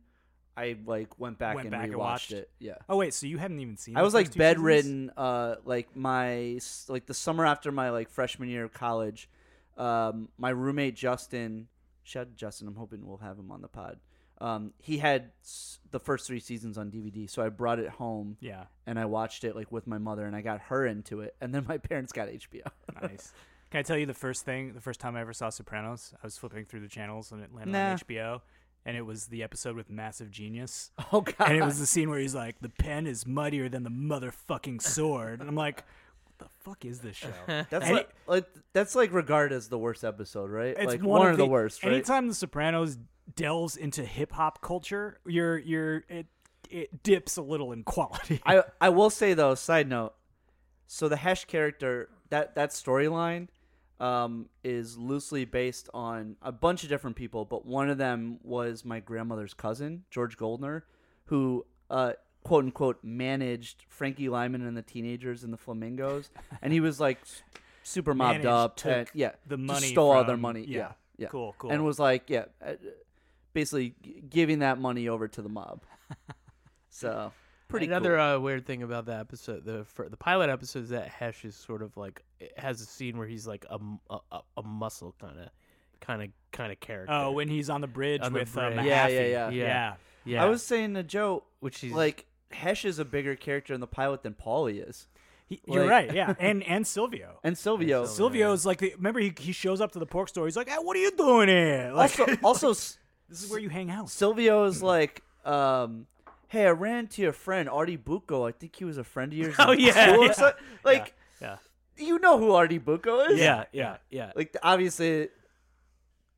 Speaker 2: I like went back
Speaker 1: Went
Speaker 2: and
Speaker 1: back and watched?
Speaker 2: rewatched it. Yeah,
Speaker 1: Oh wait, so you haven't even seen?
Speaker 2: I
Speaker 1: the
Speaker 2: was like
Speaker 1: first two seasons?
Speaker 2: bedridden, uh, like my s- like the summer after my like freshman year of college. Um, my roommate Justin, shout out to Justin. I'm hoping we'll have him on the pod. Um, he had s- the first three seasons on DVD, so I brought it home
Speaker 1: Yeah.
Speaker 2: and I watched it like with my mother, and I got her into it, and then my (laughs) parents got HBO.
Speaker 1: Nice. Can I tell you the first thing? The first time I ever saw Sopranos, I was flipping through the channels and it landed
Speaker 2: Nah.
Speaker 1: on HBO, and it was the episode with massive
Speaker 2: (laughs)
Speaker 1: genius,
Speaker 2: (laughs) Oh God!
Speaker 1: and it was the scene where he's like, "The pen is muddier than the motherfucking sword," and I'm like, "What the fuck is this show?"
Speaker 2: (laughs) That's
Speaker 1: Any-
Speaker 2: like, like that's like regarded as the worst episode, right?
Speaker 1: It's
Speaker 2: like one, of the, worst, right?
Speaker 1: Anytime The Sopranos delves into hip hop culture, you're you're it it dips a little in quality.
Speaker 2: I I will say though, side note. So the Hesh character that that storyline um, is loosely based on a bunch of different people, but one of them was my grandmother's cousin George Goldner, who uh, quote unquote managed Frankie Lyman and the Teenagers and the Flamingos, and he was like
Speaker 1: (laughs)
Speaker 2: s- (laughs) super mobbed
Speaker 1: Managed,
Speaker 2: up.
Speaker 1: took
Speaker 2: and- yeah,
Speaker 1: the
Speaker 2: just
Speaker 1: money
Speaker 2: stole all their
Speaker 1: from-
Speaker 2: money.
Speaker 1: yeah.
Speaker 2: Yeah, yeah.
Speaker 1: Cool, cool.
Speaker 2: And was like, yeah, uh, basically g- giving that money over to
Speaker 1: (laughs)
Speaker 2: the mob. so pretty
Speaker 4: Another
Speaker 2: cool.
Speaker 4: uh, weird thing about the episode, the for the pilot episode, is that Hesh is sort of like it has a scene where he's like a m- a, a- a muscle kind of, kind of, kind of character.
Speaker 1: oh, when he's on the bridge
Speaker 4: On the
Speaker 1: with uh,
Speaker 4: bridge.
Speaker 2: Yeah,
Speaker 1: Mahaffey.
Speaker 2: yeah, yeah.
Speaker 1: yeah.
Speaker 4: Yeah. yeah,
Speaker 2: I was saying to Joe,
Speaker 4: which is
Speaker 2: like Hesh is a bigger character in the pilot than Paulie is,
Speaker 1: He- you're
Speaker 2: Like-
Speaker 1: right.
Speaker 2: (laughs)
Speaker 1: Yeah, and and Silvio.
Speaker 2: and Silvio.
Speaker 4: Silvio.
Speaker 1: Silvio's like, the, remember he, he shows up to the pork store. He's like, hey, "What are you doing here?" Like,
Speaker 2: (laughs) also,
Speaker 4: (laughs)
Speaker 2: also S-
Speaker 1: this is where you hang out.
Speaker 2: Silvio is like, um, hey, I ran into your friend Artie Bucco. I think he was a friend of yours.
Speaker 4: (laughs) Oh,
Speaker 2: in
Speaker 4: yeah,
Speaker 2: school or
Speaker 4: yeah,
Speaker 2: something." like
Speaker 1: yeah.
Speaker 2: you know who Artie Bucco is?
Speaker 4: yeah, yeah, yeah.
Speaker 2: like obviously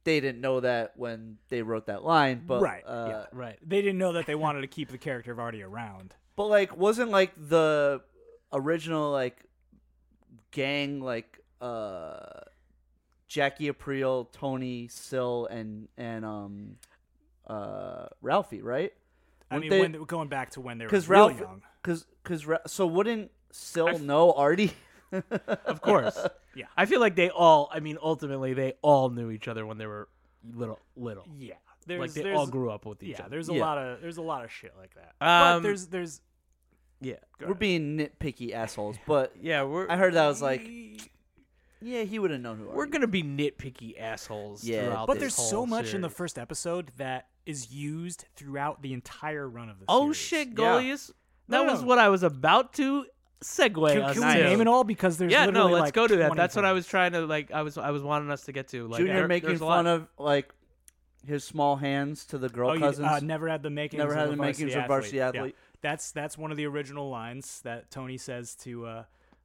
Speaker 2: they didn't know that when they wrote that line, but
Speaker 1: Right,
Speaker 2: uh,
Speaker 1: yeah.
Speaker 4: Right.
Speaker 1: They didn't know that they wanted to keep the character of Artie around.
Speaker 2: But like, wasn't like the original like gang like uh Jackie Aprile, Tony Sill, and and um uh Ralphie, right?
Speaker 1: I mean,
Speaker 2: Wouldn't they-
Speaker 1: when they, going back to when they were real
Speaker 2: because Ralph,
Speaker 1: young.
Speaker 2: because because Ra- so wouldn't Sill know Artie?
Speaker 4: Of (laughs) course.
Speaker 1: Yeah.
Speaker 4: I feel like they all. I mean, ultimately, they all knew each other when they were little, little.
Speaker 1: Yeah, there's,
Speaker 4: like they
Speaker 1: there's,
Speaker 4: all grew up with each
Speaker 1: Yeah,
Speaker 4: other.
Speaker 1: there's a
Speaker 2: Yeah.
Speaker 1: lot of there's a lot of shit like that. but
Speaker 4: Um,
Speaker 1: there's there's
Speaker 4: Yeah,
Speaker 2: (laughs) We're being nitpicky assholes, but
Speaker 4: yeah. We're
Speaker 2: I heard that was like, yeah, he would have known who. Artie
Speaker 4: we're gonna be nitpicky assholes.
Speaker 2: Yeah.
Speaker 4: throughout
Speaker 1: but
Speaker 4: this
Speaker 1: there's so
Speaker 4: whole
Speaker 1: much in the
Speaker 4: series.
Speaker 1: first episode that is used throughout the entire run of the
Speaker 4: Oh
Speaker 1: series.
Speaker 4: shit,
Speaker 2: Yeah.
Speaker 4: Golius!
Speaker 1: No,
Speaker 4: That
Speaker 1: no.
Speaker 4: was what I was about to segue.
Speaker 1: Can,
Speaker 4: us
Speaker 1: can
Speaker 4: to.
Speaker 1: we name it all? Because there's
Speaker 4: Yeah, no,
Speaker 1: literally
Speaker 4: let's
Speaker 1: like
Speaker 4: go to that. That's what I
Speaker 1: 20
Speaker 4: was trying to like. I was I was wanting us to get to. Like,
Speaker 2: Junior
Speaker 4: there-
Speaker 2: making
Speaker 4: there's a lot-
Speaker 2: fun of like his small hands to the girl
Speaker 1: Oh, you-
Speaker 2: cousins.
Speaker 1: uh, never had the makings.
Speaker 2: Never
Speaker 1: of
Speaker 2: had
Speaker 1: a
Speaker 2: the makings of varsity
Speaker 1: Yeah.
Speaker 2: athlete.
Speaker 1: That's that's one of the original lines that Tony says to uh,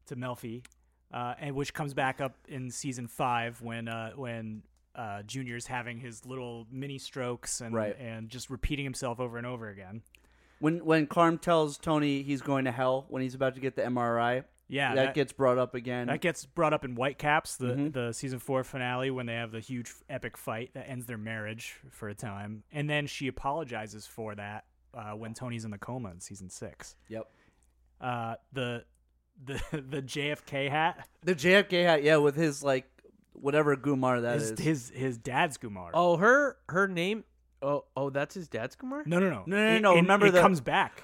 Speaker 1: to Melfi, uh, and which comes back up in season five when uh, when uh, Junior's having his little mini strokes and
Speaker 2: Right.
Speaker 1: and just repeating himself over and over again.
Speaker 2: When when Carm tells Tony he's going to hell when he's about to get the MRI,
Speaker 1: Yeah,
Speaker 2: that,
Speaker 1: that-
Speaker 2: gets Mm-hmm. brought up again.
Speaker 1: That gets brought up in Whitecaps, the the season four finale, when they have the huge epic fight that ends their marriage for a time, and then she apologizes for that uh, when Tony's in the coma in season six.
Speaker 2: yep.
Speaker 1: Uh, the the (laughs) the JFK hat
Speaker 2: The JFK hat, yeah, with his like whatever Gumar that is.
Speaker 1: is his his dad's Gumar.
Speaker 4: Oh, her her name. Oh, oh, that's his dad's Kumar.
Speaker 1: no no no
Speaker 2: No, no,
Speaker 1: It-
Speaker 2: no,
Speaker 1: it-
Speaker 2: remember
Speaker 1: it
Speaker 2: the-
Speaker 1: comes back.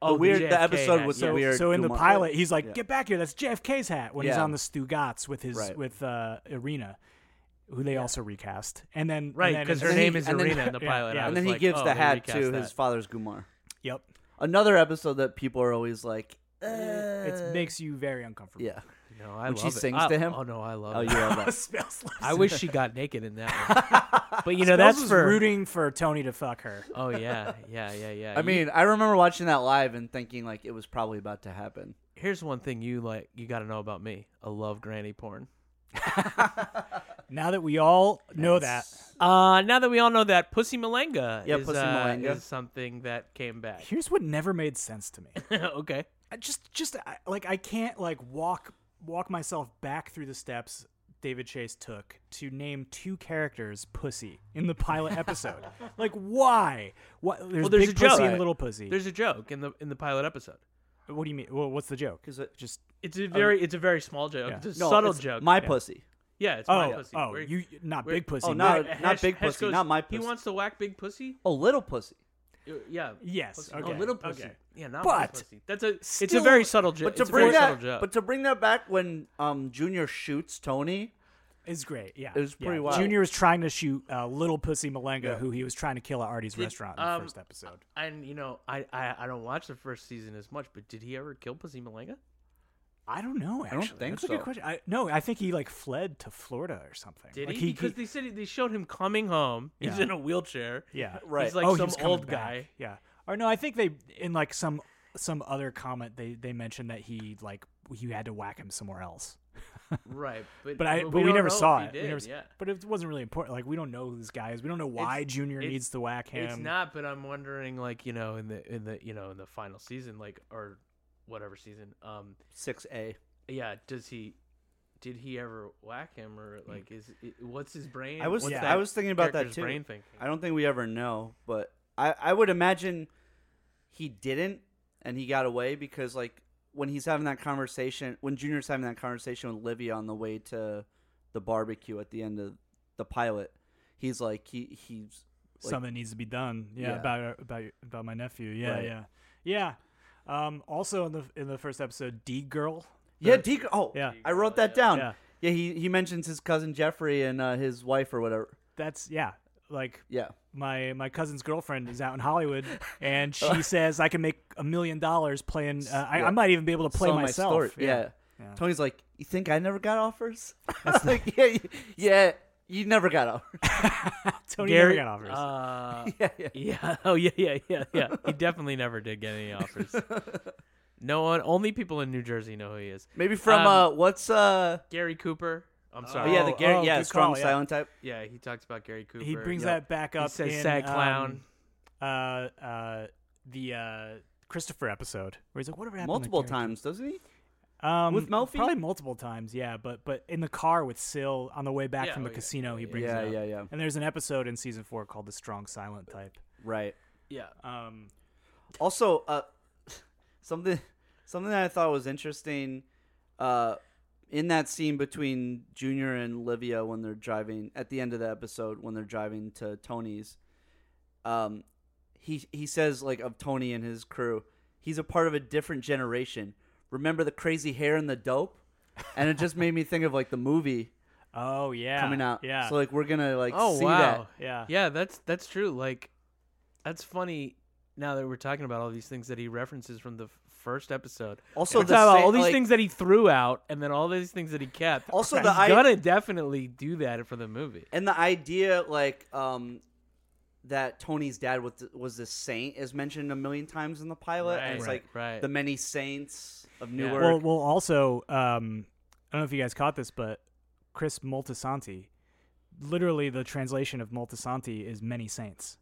Speaker 4: oh,
Speaker 2: weird- the
Speaker 4: JFK
Speaker 2: episode
Speaker 4: hat,
Speaker 2: with the
Speaker 4: yeah.
Speaker 1: So,
Speaker 2: weird
Speaker 1: so in the
Speaker 2: Gumar.
Speaker 1: pilot, he's like,
Speaker 2: Yeah.
Speaker 1: "Get back here! That's JFK's hat." When he's
Speaker 2: Yeah.
Speaker 1: on the Stugats with his
Speaker 2: Right.
Speaker 1: with uh, Irina, who they also recast, and then
Speaker 4: Right,
Speaker 1: and then
Speaker 4: because
Speaker 1: in-
Speaker 4: her
Speaker 2: and then
Speaker 4: name
Speaker 2: he-
Speaker 4: is
Speaker 2: and
Speaker 1: (laughs)
Speaker 2: then-
Speaker 4: Arena in the
Speaker 1: yeah,
Speaker 4: pilot.
Speaker 1: yeah.
Speaker 4: I
Speaker 2: and
Speaker 4: was
Speaker 2: then he
Speaker 4: like,
Speaker 2: gives
Speaker 4: oh,
Speaker 2: the
Speaker 4: they
Speaker 2: hat
Speaker 4: recast
Speaker 2: to
Speaker 4: that.
Speaker 2: his father's Gumar.
Speaker 1: Yep,
Speaker 2: Another episode that people are always like, uh,
Speaker 1: it makes you very uncomfortable. (laughs)
Speaker 2: yeah.
Speaker 4: No, I
Speaker 2: when she
Speaker 4: love it.
Speaker 2: sings
Speaker 4: I-
Speaker 2: to him?
Speaker 4: Oh no, I love
Speaker 2: Oh,
Speaker 4: it.
Speaker 2: you love that.
Speaker 1: Smells like-
Speaker 4: I wish she got naked in that one. But you know,
Speaker 1: Spells
Speaker 4: that's
Speaker 1: was
Speaker 4: for
Speaker 1: rooting for Tony to fuck her.
Speaker 4: Oh yeah, yeah, yeah, yeah.
Speaker 2: (laughs) I
Speaker 4: You-
Speaker 2: mean, I remember watching that live and thinking like it was probably about to happen.
Speaker 4: here's one thing you like you got to know about me. I love granny porn.
Speaker 1: Now that we all know that,
Speaker 4: Uh, now that we all know that Pussy Malenga
Speaker 2: Yeah,
Speaker 4: is,
Speaker 2: Pussy
Speaker 4: uh,
Speaker 2: Malenga.
Speaker 4: is something that
Speaker 2: (laughs)
Speaker 4: came back.
Speaker 1: here's what never made sense to me.
Speaker 4: okay.
Speaker 1: I just, just I, like I can't like walk walk myself back through the steps David Chase took to name two characters pussy in the pilot
Speaker 4: (laughs)
Speaker 1: episode. like why? What? There's,
Speaker 4: Well, there's
Speaker 1: big
Speaker 4: a joke.
Speaker 1: pussy and little pussy.
Speaker 4: There's a joke in the in the pilot episode.
Speaker 1: what do you mean? Well, what's the joke?
Speaker 2: 'Cause it-
Speaker 1: just
Speaker 4: It's a very it's a very small joke.
Speaker 1: Yeah.
Speaker 4: It's a
Speaker 2: Oh. No,
Speaker 4: subtle
Speaker 2: it's
Speaker 4: joke.
Speaker 2: My pussy.
Speaker 4: yeah, it's my
Speaker 1: oh
Speaker 4: pussy.
Speaker 1: oh
Speaker 4: We're-
Speaker 1: you not
Speaker 4: we're-
Speaker 1: big pussy.
Speaker 2: oh, not-
Speaker 1: my-
Speaker 4: Hesh-
Speaker 2: not big
Speaker 4: Hesh
Speaker 2: pussy,
Speaker 4: goes,
Speaker 2: not my
Speaker 4: He
Speaker 2: pussy."
Speaker 4: wants to whack big pussy.
Speaker 2: Oh, little pussy.
Speaker 4: Uh, Yeah.
Speaker 1: yes.
Speaker 4: Oh,
Speaker 1: Okay.
Speaker 4: little pussy.
Speaker 1: Okay.
Speaker 4: Yeah, not
Speaker 1: But-
Speaker 4: big pussy. That's a it's a
Speaker 1: still-
Speaker 4: very subtle joke.
Speaker 2: But to
Speaker 4: it's a very
Speaker 2: bring that,
Speaker 4: subtle joke.
Speaker 2: but to bring that back when um Junior shoots Tony,
Speaker 1: It's great. Yeah,
Speaker 2: It was
Speaker 1: Yeah.
Speaker 2: pretty wild.
Speaker 1: Junior was trying to shoot uh, little pussy Malenga,
Speaker 2: Yeah.
Speaker 1: who he was trying to kill at Artie's restaurant in the
Speaker 4: um,
Speaker 1: first episode.
Speaker 4: and you know, I, I I don't watch the first season as much, but did he ever kill Pussy Malenga?
Speaker 1: I don't know. Actually,
Speaker 2: think
Speaker 1: that's a
Speaker 2: so.
Speaker 1: good question. I, no, I think he like fled to Florida or something.
Speaker 4: Did
Speaker 1: Like,
Speaker 4: he? Because they said they showed him coming home. He's
Speaker 1: Yeah.
Speaker 4: in a wheelchair. (laughs)
Speaker 1: yeah,
Speaker 2: Right.
Speaker 4: He's like
Speaker 1: oh, he
Speaker 4: some
Speaker 1: was coming
Speaker 4: old
Speaker 1: back.
Speaker 4: guy.
Speaker 1: Yeah. Or no, I think they in like some some other comment they they mentioned that he like he had to whack him somewhere else.
Speaker 4: Right. But
Speaker 1: But I but, we,
Speaker 4: don't
Speaker 1: never
Speaker 4: know if
Speaker 1: saw
Speaker 4: he
Speaker 1: it.
Speaker 4: Did.
Speaker 1: we never, s-
Speaker 4: yeah.
Speaker 1: But it wasn't really important. Like we don't know who this guy is. We don't know why
Speaker 4: It's-
Speaker 1: Junior
Speaker 4: it's-
Speaker 1: needs to whack him.
Speaker 4: It's not, but I'm wondering, like, you know, in the in the you know in the final season, like, or whatever season, um,
Speaker 2: six A.
Speaker 4: yeah, does he, did he ever whack him, or like, is it, what's his brain?
Speaker 2: I was
Speaker 4: what's
Speaker 1: Yeah.
Speaker 2: I was thinking about that
Speaker 4: character's
Speaker 2: too.
Speaker 4: Brain thinking.
Speaker 2: I don't think we ever know, but I, I would imagine he didn't and he got away because like when he's having that conversation when Junior's having that conversation with Livy on the way to the barbecue at the end of the pilot, he's like he he's like-
Speaker 1: something needs to be done. Yeah,
Speaker 2: Yeah.
Speaker 1: about about about my nephew. Yeah,
Speaker 2: Right.
Speaker 1: yeah, yeah. Um, also in the in the first episode, D girl.
Speaker 2: Yeah, Deacon oh
Speaker 1: Yeah.
Speaker 2: I wrote that down.
Speaker 1: Yeah.
Speaker 2: Yeah, he, he mentions his cousin Jeffrey and uh, his wife or whatever.
Speaker 1: That's yeah. Like
Speaker 2: Yeah.
Speaker 1: my my cousin's girlfriend is out in
Speaker 2: (laughs)
Speaker 1: Hollywood, and she says I can make a million dollars playing. Uh, I, I might even be able to play
Speaker 2: Selling my
Speaker 1: myself.
Speaker 2: story. Yeah.
Speaker 1: Yeah.
Speaker 2: Tony's like, You think I never got offers? (laughs) That's like, yeah, you- yeah, you never got offers. (laughs)
Speaker 1: Tony
Speaker 4: Gary,
Speaker 1: never got offers.
Speaker 4: Uh,
Speaker 2: yeah, yeah.
Speaker 4: yeah. (laughs) Oh yeah. Yeah. Yeah. Yeah. He definitely never did get
Speaker 2: (laughs)
Speaker 4: any offers. No one. Only people in New Jersey know who he is.
Speaker 2: Maybe from
Speaker 4: Um,
Speaker 2: uh, what's uh?
Speaker 4: Gary Cooper. I'm
Speaker 2: Oh,
Speaker 4: sorry.
Speaker 2: yeah, the Gary,
Speaker 1: oh,
Speaker 2: yeah,
Speaker 1: good
Speaker 2: strong
Speaker 1: call, yeah.
Speaker 2: silent type.
Speaker 4: Yeah, he talks about Gary Cooper.
Speaker 1: he brings
Speaker 2: Yep.
Speaker 1: that back
Speaker 4: He
Speaker 1: up.
Speaker 4: says
Speaker 1: in,
Speaker 4: "sad
Speaker 1: um,
Speaker 4: clown."
Speaker 1: uh, uh, the uh, Christopher episode where he's like, "Whatever happened?" to
Speaker 2: Multiple
Speaker 1: Gary?"
Speaker 2: times, doesn't he?
Speaker 1: Um,
Speaker 2: With Melfi?
Speaker 1: probably multiple times, yeah. But but in the car with Syl on the way back
Speaker 4: Yeah,
Speaker 1: from the
Speaker 4: oh, yeah,
Speaker 1: casino, he
Speaker 4: yeah,
Speaker 1: brings
Speaker 2: yeah,
Speaker 1: it up.
Speaker 2: yeah, yeah.
Speaker 1: And there's an episode in season four called "The Strong Silent Type."
Speaker 2: Right.
Speaker 4: yeah.
Speaker 1: Um,
Speaker 2: Also, uh, (laughs) something something that I thought was interesting, uh, in that scene between Junior and Livia when they're driving at the end of the episode when they're driving to Tony's, um, he he says like of Tony and his crew, he's a part of a different generation. Remember the crazy hair and the dope, and it just made me think of like the movie
Speaker 1: oh yeah,
Speaker 2: coming out.
Speaker 1: Yeah,
Speaker 2: So like we're gonna like
Speaker 4: Oh
Speaker 2: see
Speaker 4: wow.
Speaker 2: that.
Speaker 1: yeah,
Speaker 4: Yeah, that's that's true. Like, that's funny. Now that we're talking about all these things that he references from the f- first episode,
Speaker 2: Also,
Speaker 4: we're
Speaker 2: the
Speaker 4: talking about
Speaker 2: sa-
Speaker 4: all these
Speaker 2: like-
Speaker 4: things that he threw out, and then all these things that he kept.
Speaker 2: Also,
Speaker 4: he's
Speaker 2: the i-
Speaker 4: gonna definitely do that for the movie.
Speaker 2: and the idea like um that Tony's dad was was this saint is mentioned a million times in the pilot, and it's
Speaker 4: Right,
Speaker 2: like
Speaker 4: right.
Speaker 2: the many saints of
Speaker 4: Yeah.
Speaker 2: Newark.
Speaker 1: Well, well, also, um, I don't know if you guys caught this, but Chris Moltisanti, literally the translation of Moltisanti is many saints.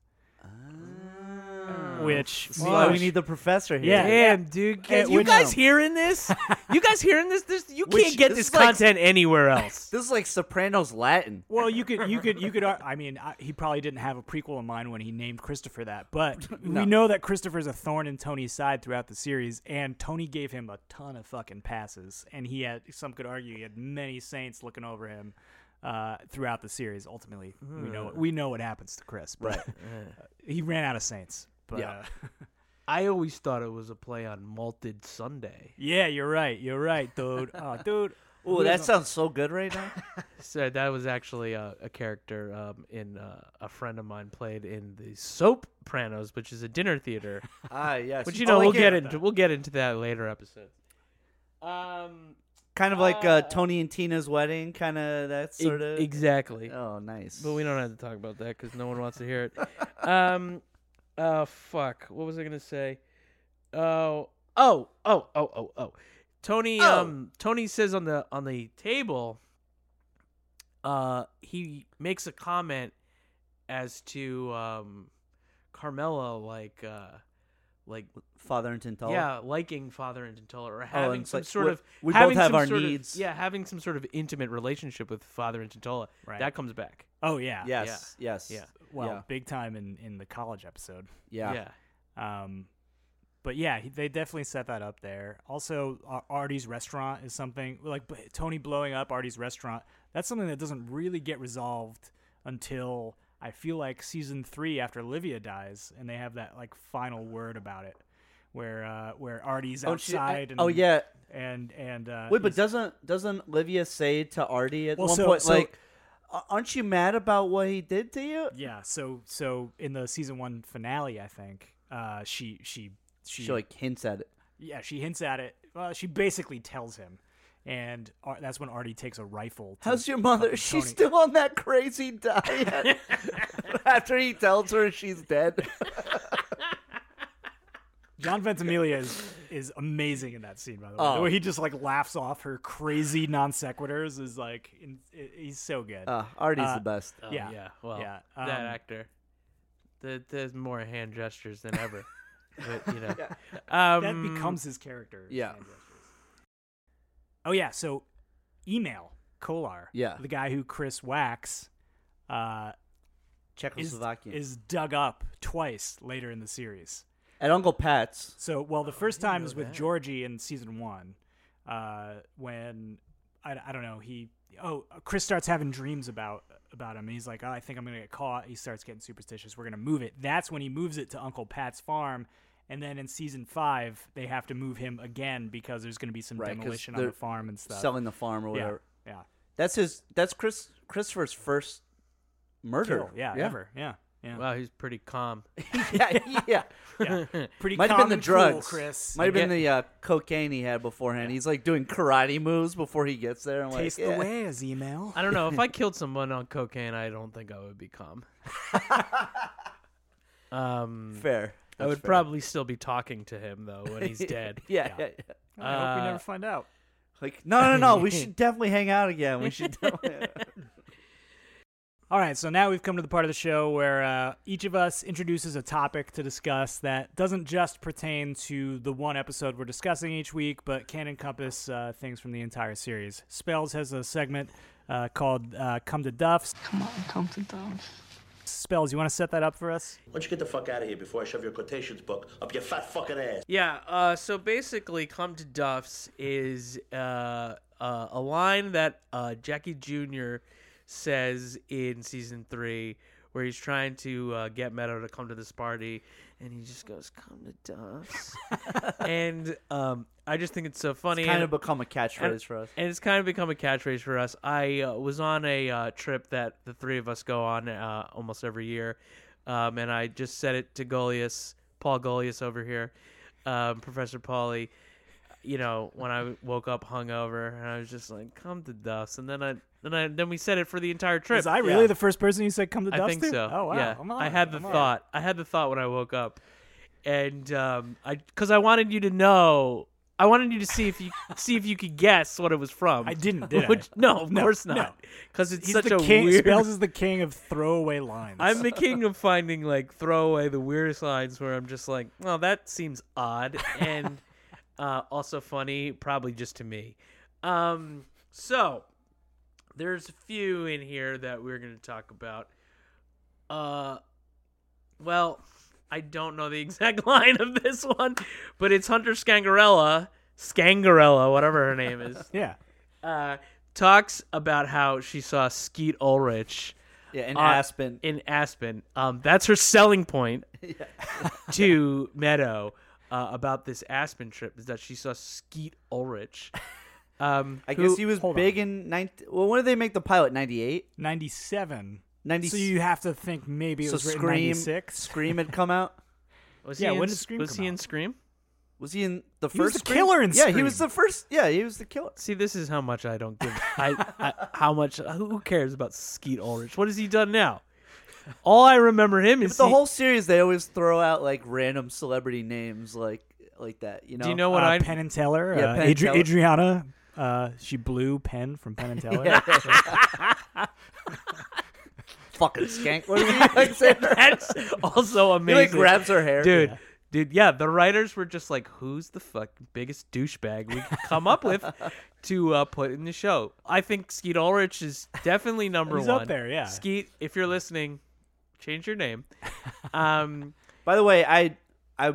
Speaker 1: which
Speaker 2: That's why we
Speaker 1: which-
Speaker 2: need the professor here.
Speaker 1: Yeah.
Speaker 4: Damn, dude!
Speaker 1: Hey,
Speaker 4: you
Speaker 1: which-
Speaker 4: guys hearing this? You guys hearing this? This you
Speaker 2: Which-
Speaker 4: can't get
Speaker 2: this
Speaker 4: this,
Speaker 2: is like-
Speaker 4: content anywhere else.
Speaker 2: This is like Sopranos Latin.
Speaker 1: Well, you could, you could, you could. ar- I mean, I, he probably didn't have a prequel in mind when he named Christopher that,
Speaker 2: (laughs)
Speaker 1: but we know that Christopher's a thorn in Tony's side throughout the series, and Tony gave him a ton of fucking passes, and he had some could argue he had many saints looking over him uh, throughout the series. Ultimately, we know
Speaker 2: Hmm.
Speaker 1: we know what happens to Chris, but (laughs) he ran out of saints. But uh,
Speaker 2: Yeah.
Speaker 1: yeah.
Speaker 4: (laughs) I always thought it was a play on Malted Sunday.
Speaker 1: (laughs) yeah, you're right. You're right, dude. Oh, dude.
Speaker 2: Ooh, that sounds so good right now.
Speaker 4: So that was actually a, a character um, in uh, a friend of mine played in the Soap Pranos, which is a dinner (laughs) theater.
Speaker 2: (laughs) Ah, yes.
Speaker 4: But you
Speaker 2: Oh,
Speaker 4: know,
Speaker 2: like
Speaker 4: we'll
Speaker 2: it-
Speaker 4: get into we'll get into that later episode. Um,
Speaker 2: kind of like
Speaker 4: Ah.
Speaker 2: uh, Tony and Tina's wedding, kind of that
Speaker 4: e-
Speaker 2: sort of.
Speaker 4: exactly.
Speaker 2: oh, nice.
Speaker 4: But we don't have to talk about that because no one wants to hear it. Um, (laughs) uh, fuck. What was I gonna say? Oh, oh, oh, oh, oh, oh. Tony,
Speaker 2: Oh.
Speaker 4: um, Tony says on the on the table. Uh, he makes a comment as to um, Carmela like uh, like
Speaker 2: Father and Tintal.
Speaker 4: yeah, liking Father and Tintola or
Speaker 2: Oh,
Speaker 4: having
Speaker 2: and it's
Speaker 4: some
Speaker 2: like,
Speaker 4: sort
Speaker 2: we-
Speaker 4: of
Speaker 2: we both
Speaker 4: having
Speaker 2: have
Speaker 4: some
Speaker 2: our
Speaker 4: sort of-
Speaker 2: needs.
Speaker 4: yeah, having some sort of intimate relationship with Father and Tintola.
Speaker 1: Right.
Speaker 4: That comes back.
Speaker 1: Oh yeah.
Speaker 2: Yes. Yes.
Speaker 4: Yeah.
Speaker 1: Well,
Speaker 2: Yeah.
Speaker 1: big time in in the college episode.
Speaker 2: Yeah.
Speaker 4: yeah.
Speaker 1: Um, but yeah, he- they definitely set that up there. Also, Ar- Artie's restaurant is something like b- Tony blowing up Artie's restaurant. That's something that doesn't really get resolved until I feel like season three after Livia dies, and they have that like final word about it, where uh, where Artie's
Speaker 2: Oh, she- I-
Speaker 1: outside. and,
Speaker 2: oh, yeah.
Speaker 1: and and uh,
Speaker 2: Wait, but
Speaker 1: he's-
Speaker 2: doesn't doesn't Olivia say to Artie at
Speaker 1: Well,
Speaker 2: one
Speaker 1: so-
Speaker 2: point
Speaker 1: so-
Speaker 2: like, "A- "Aren't you mad about what he did to you?"
Speaker 1: yeah, so so in the season one finale, I think uh, she she she,
Speaker 2: She like hints at it.
Speaker 1: Yeah, she hints at it. Well, she basically tells him, and Ar- that's when Artie takes a rifle. To,
Speaker 2: How's your mother? Is she
Speaker 1: Tony.
Speaker 2: still on that crazy diet? After he tells her she's dead.
Speaker 1: (laughs) John Ventimiglia is is amazing in that scene. By the way,
Speaker 2: Oh.
Speaker 1: the way he just like laughs off her crazy non sequiturs is like in, i- he's so good.
Speaker 2: Uh, Artie's
Speaker 1: Uh,
Speaker 2: the best.
Speaker 4: Oh,
Speaker 1: Yeah.
Speaker 4: yeah. Well,
Speaker 1: Yeah,
Speaker 4: that
Speaker 1: um,
Speaker 4: actor. Th- There's more hand gestures
Speaker 1: (laughs)
Speaker 4: than ever. but, you know. Um,
Speaker 1: that becomes his character.
Speaker 2: Mm. Yeah.
Speaker 1: Oh yeah. So, email Kolar.
Speaker 2: Yeah.
Speaker 1: the guy who Chris Wax. Uh, is,
Speaker 2: Czechoslovakian.
Speaker 1: is dug up twice later in the series.
Speaker 2: at Uncle Pat's.
Speaker 1: So, well,
Speaker 2: Oh,
Speaker 1: the first time
Speaker 4: know
Speaker 1: is with
Speaker 4: that.
Speaker 1: Georgie in season one, uh, when I, I don't know he oh Chris starts having dreams about about him. And he's like, oh, I think I'm gonna get caught. He starts getting superstitious. We're gonna move it. That's when he moves it to Uncle Pat's farm. And then in season five, they have to move him again because there's going to be some
Speaker 2: Right, 'cause
Speaker 1: demolition on the
Speaker 2: they're
Speaker 1: farm and stuff.
Speaker 2: selling the farm or
Speaker 1: Uh, yeah,
Speaker 2: whatever.
Speaker 1: yeah,
Speaker 2: That's his. That's Chris Christopher's first murder.
Speaker 1: Kill, yeah, ever, yeah, yeah.
Speaker 4: Wow, he's pretty calm.
Speaker 2: (laughs) yeah, yeah. (laughs)
Speaker 1: Pretty
Speaker 2: Might have
Speaker 1: calm
Speaker 2: been the
Speaker 1: and cool,
Speaker 2: drugs.
Speaker 1: Chris.
Speaker 2: Might have been
Speaker 4: get-
Speaker 2: the uh, cocaine he had beforehand. He's like doing karate moves before he gets there. I'm
Speaker 1: taste
Speaker 2: like,
Speaker 1: the
Speaker 2: yeah.
Speaker 1: wares, email.
Speaker 4: I don't know. If I killed someone on cocaine, I don't think I would be calm. um,
Speaker 2: Fair.
Speaker 4: I
Speaker 2: That's
Speaker 4: would
Speaker 2: fair.
Speaker 4: probably still be talking to him, though, when he's dead.
Speaker 2: (laughs) Yeah, yeah. yeah.
Speaker 1: I hope we
Speaker 4: Uh,
Speaker 1: never find out.
Speaker 2: Like, no, no, no. we
Speaker 4: (laughs)
Speaker 2: should definitely hang out again. We should. Definitely...
Speaker 1: All right, so now we've come to the part of the show where uh, each of us introduces a topic to discuss that doesn't just pertain to the one episode we're discussing each week, but can encompass uh, things from the entire series. Spells has a segment uh, called uh, Come to Duff's.
Speaker 5: Come on, come to dance.
Speaker 1: Spells, you want to set that up for us?
Speaker 6: Why don't you get the fuck out of here before I shove your quotations book up your fat fucking ass?
Speaker 4: Yeah. Uh, so basically, "Come to Duff's" is uh, uh, a line that uh, Jackie Jr. says in season three, where he's trying to uh, get Meadow to come to this party, and he just goes, "Come to
Speaker 2: (laughs)
Speaker 4: Duff's," and um, I just think it's so funny.
Speaker 2: kind
Speaker 4: and-
Speaker 2: of become a catchphrase
Speaker 4: and-
Speaker 2: for us.
Speaker 4: And it's kind of become a catchphrase for us. I uh, was on a uh, trip that the three of us go on uh, almost every year, um, and I just said it to Golius, Paul Golius over here, um, Professor Pauly. You know, when I woke up hungover, and I was just like, "Come to dust," and then I, then I, then we said it for the entire trip.
Speaker 1: Was I really the first person who said Come to
Speaker 4: I
Speaker 1: Duff's?
Speaker 4: think
Speaker 1: to?
Speaker 4: so.
Speaker 1: Oh, wow.
Speaker 4: Yeah.
Speaker 1: I'm on
Speaker 4: I
Speaker 1: it.
Speaker 4: had the
Speaker 1: I'm on it.
Speaker 4: thought. I had the thought when I woke up, and um, I because I wanted you to know I wanted you to
Speaker 1: (laughs)
Speaker 4: see if you see if you could guess what it was from.
Speaker 1: I didn't, did I?
Speaker 4: (laughs) Which, no, of course not,
Speaker 1: no.
Speaker 4: because it's
Speaker 1: He's
Speaker 4: such
Speaker 1: the
Speaker 4: a
Speaker 1: king.
Speaker 4: weird.
Speaker 1: Spells is the king of throwaway lines.
Speaker 4: I'm the king of finding like throwaway the weirdest lines where I'm just like, well, that seems odd and uh, also funny, probably just to me. Um, so there's a few in here that we're gonna talk about. Uh, well, I don't know the (laughs) exact line of this one, but it's Hunter Scangarella, Scangarella, whatever her name is,
Speaker 1: (laughs) yeah.
Speaker 4: uh, talks about how she saw Skeet Ulrich
Speaker 2: Yeah, in
Speaker 4: Uh,
Speaker 2: Aspen.
Speaker 4: in Aspen. Um, that's her
Speaker 2: (laughs)
Speaker 4: selling point (laughs) to Meadow uh, about this Aspen trip is that she saw Skeet
Speaker 2: (laughs)
Speaker 4: Ulrich. Um,
Speaker 2: I
Speaker 4: who-
Speaker 2: guess he was
Speaker 1: hold
Speaker 2: big in 90. Well, when did they make the pilot? 98?
Speaker 1: 97.
Speaker 2: 90
Speaker 1: So you have to think maybe it
Speaker 2: so
Speaker 1: was written
Speaker 2: Scream
Speaker 1: 96.
Speaker 2: Scream had come out.
Speaker 4: was
Speaker 1: yeah,
Speaker 4: He in,
Speaker 1: when did Scream
Speaker 4: was
Speaker 1: come
Speaker 4: he in
Speaker 1: out?
Speaker 4: Scream?
Speaker 2: Was he in the first
Speaker 1: was the
Speaker 2: Scream?
Speaker 1: killer in
Speaker 2: Yeah, he was
Speaker 1: Scream.
Speaker 2: the first. Yeah, he was the killer.
Speaker 4: See, this is how much I
Speaker 2: (laughs)
Speaker 4: don't give. I, I how much who who cares about Skeet Ulrich? What has he done now? All I remember him is
Speaker 2: But the
Speaker 4: he-
Speaker 2: whole series, they always throw out like random celebrity names like like that. You know?
Speaker 4: Do you know what
Speaker 1: uh,
Speaker 4: I?
Speaker 1: Penn and Teller.
Speaker 2: Yeah,
Speaker 1: uh,
Speaker 2: Penn and
Speaker 1: Adri-
Speaker 2: Teller.
Speaker 1: Adriana. Uh, she blew Penn from Penn and Teller.
Speaker 2: Fucking skank. What
Speaker 4: (laughs)
Speaker 2: did he like (laughs) say?
Speaker 4: that's (laughs)
Speaker 2: (laughs)
Speaker 4: also
Speaker 2: He
Speaker 4: amazing.
Speaker 2: like grabs her hair,
Speaker 4: dude dude yeah the writers were just like who's the fuck biggest douchebag we can come up
Speaker 1: (laughs)
Speaker 4: with to uh, put in the show i think skeet ulrich is
Speaker 1: (laughs)
Speaker 4: definitely number
Speaker 1: He's
Speaker 4: one
Speaker 1: up there, yeah.
Speaker 4: skeet if you're listening change your
Speaker 1: (laughs)
Speaker 4: name um
Speaker 2: By the way, I I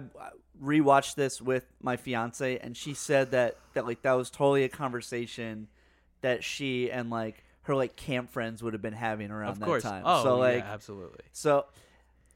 Speaker 2: rewatched this with my fiance, and she said that that like that was totally a conversation that she and like her like camp friends would have been having around
Speaker 4: of
Speaker 2: that
Speaker 4: course
Speaker 2: time.
Speaker 4: oh
Speaker 2: so like
Speaker 4: yeah, absolutely
Speaker 2: so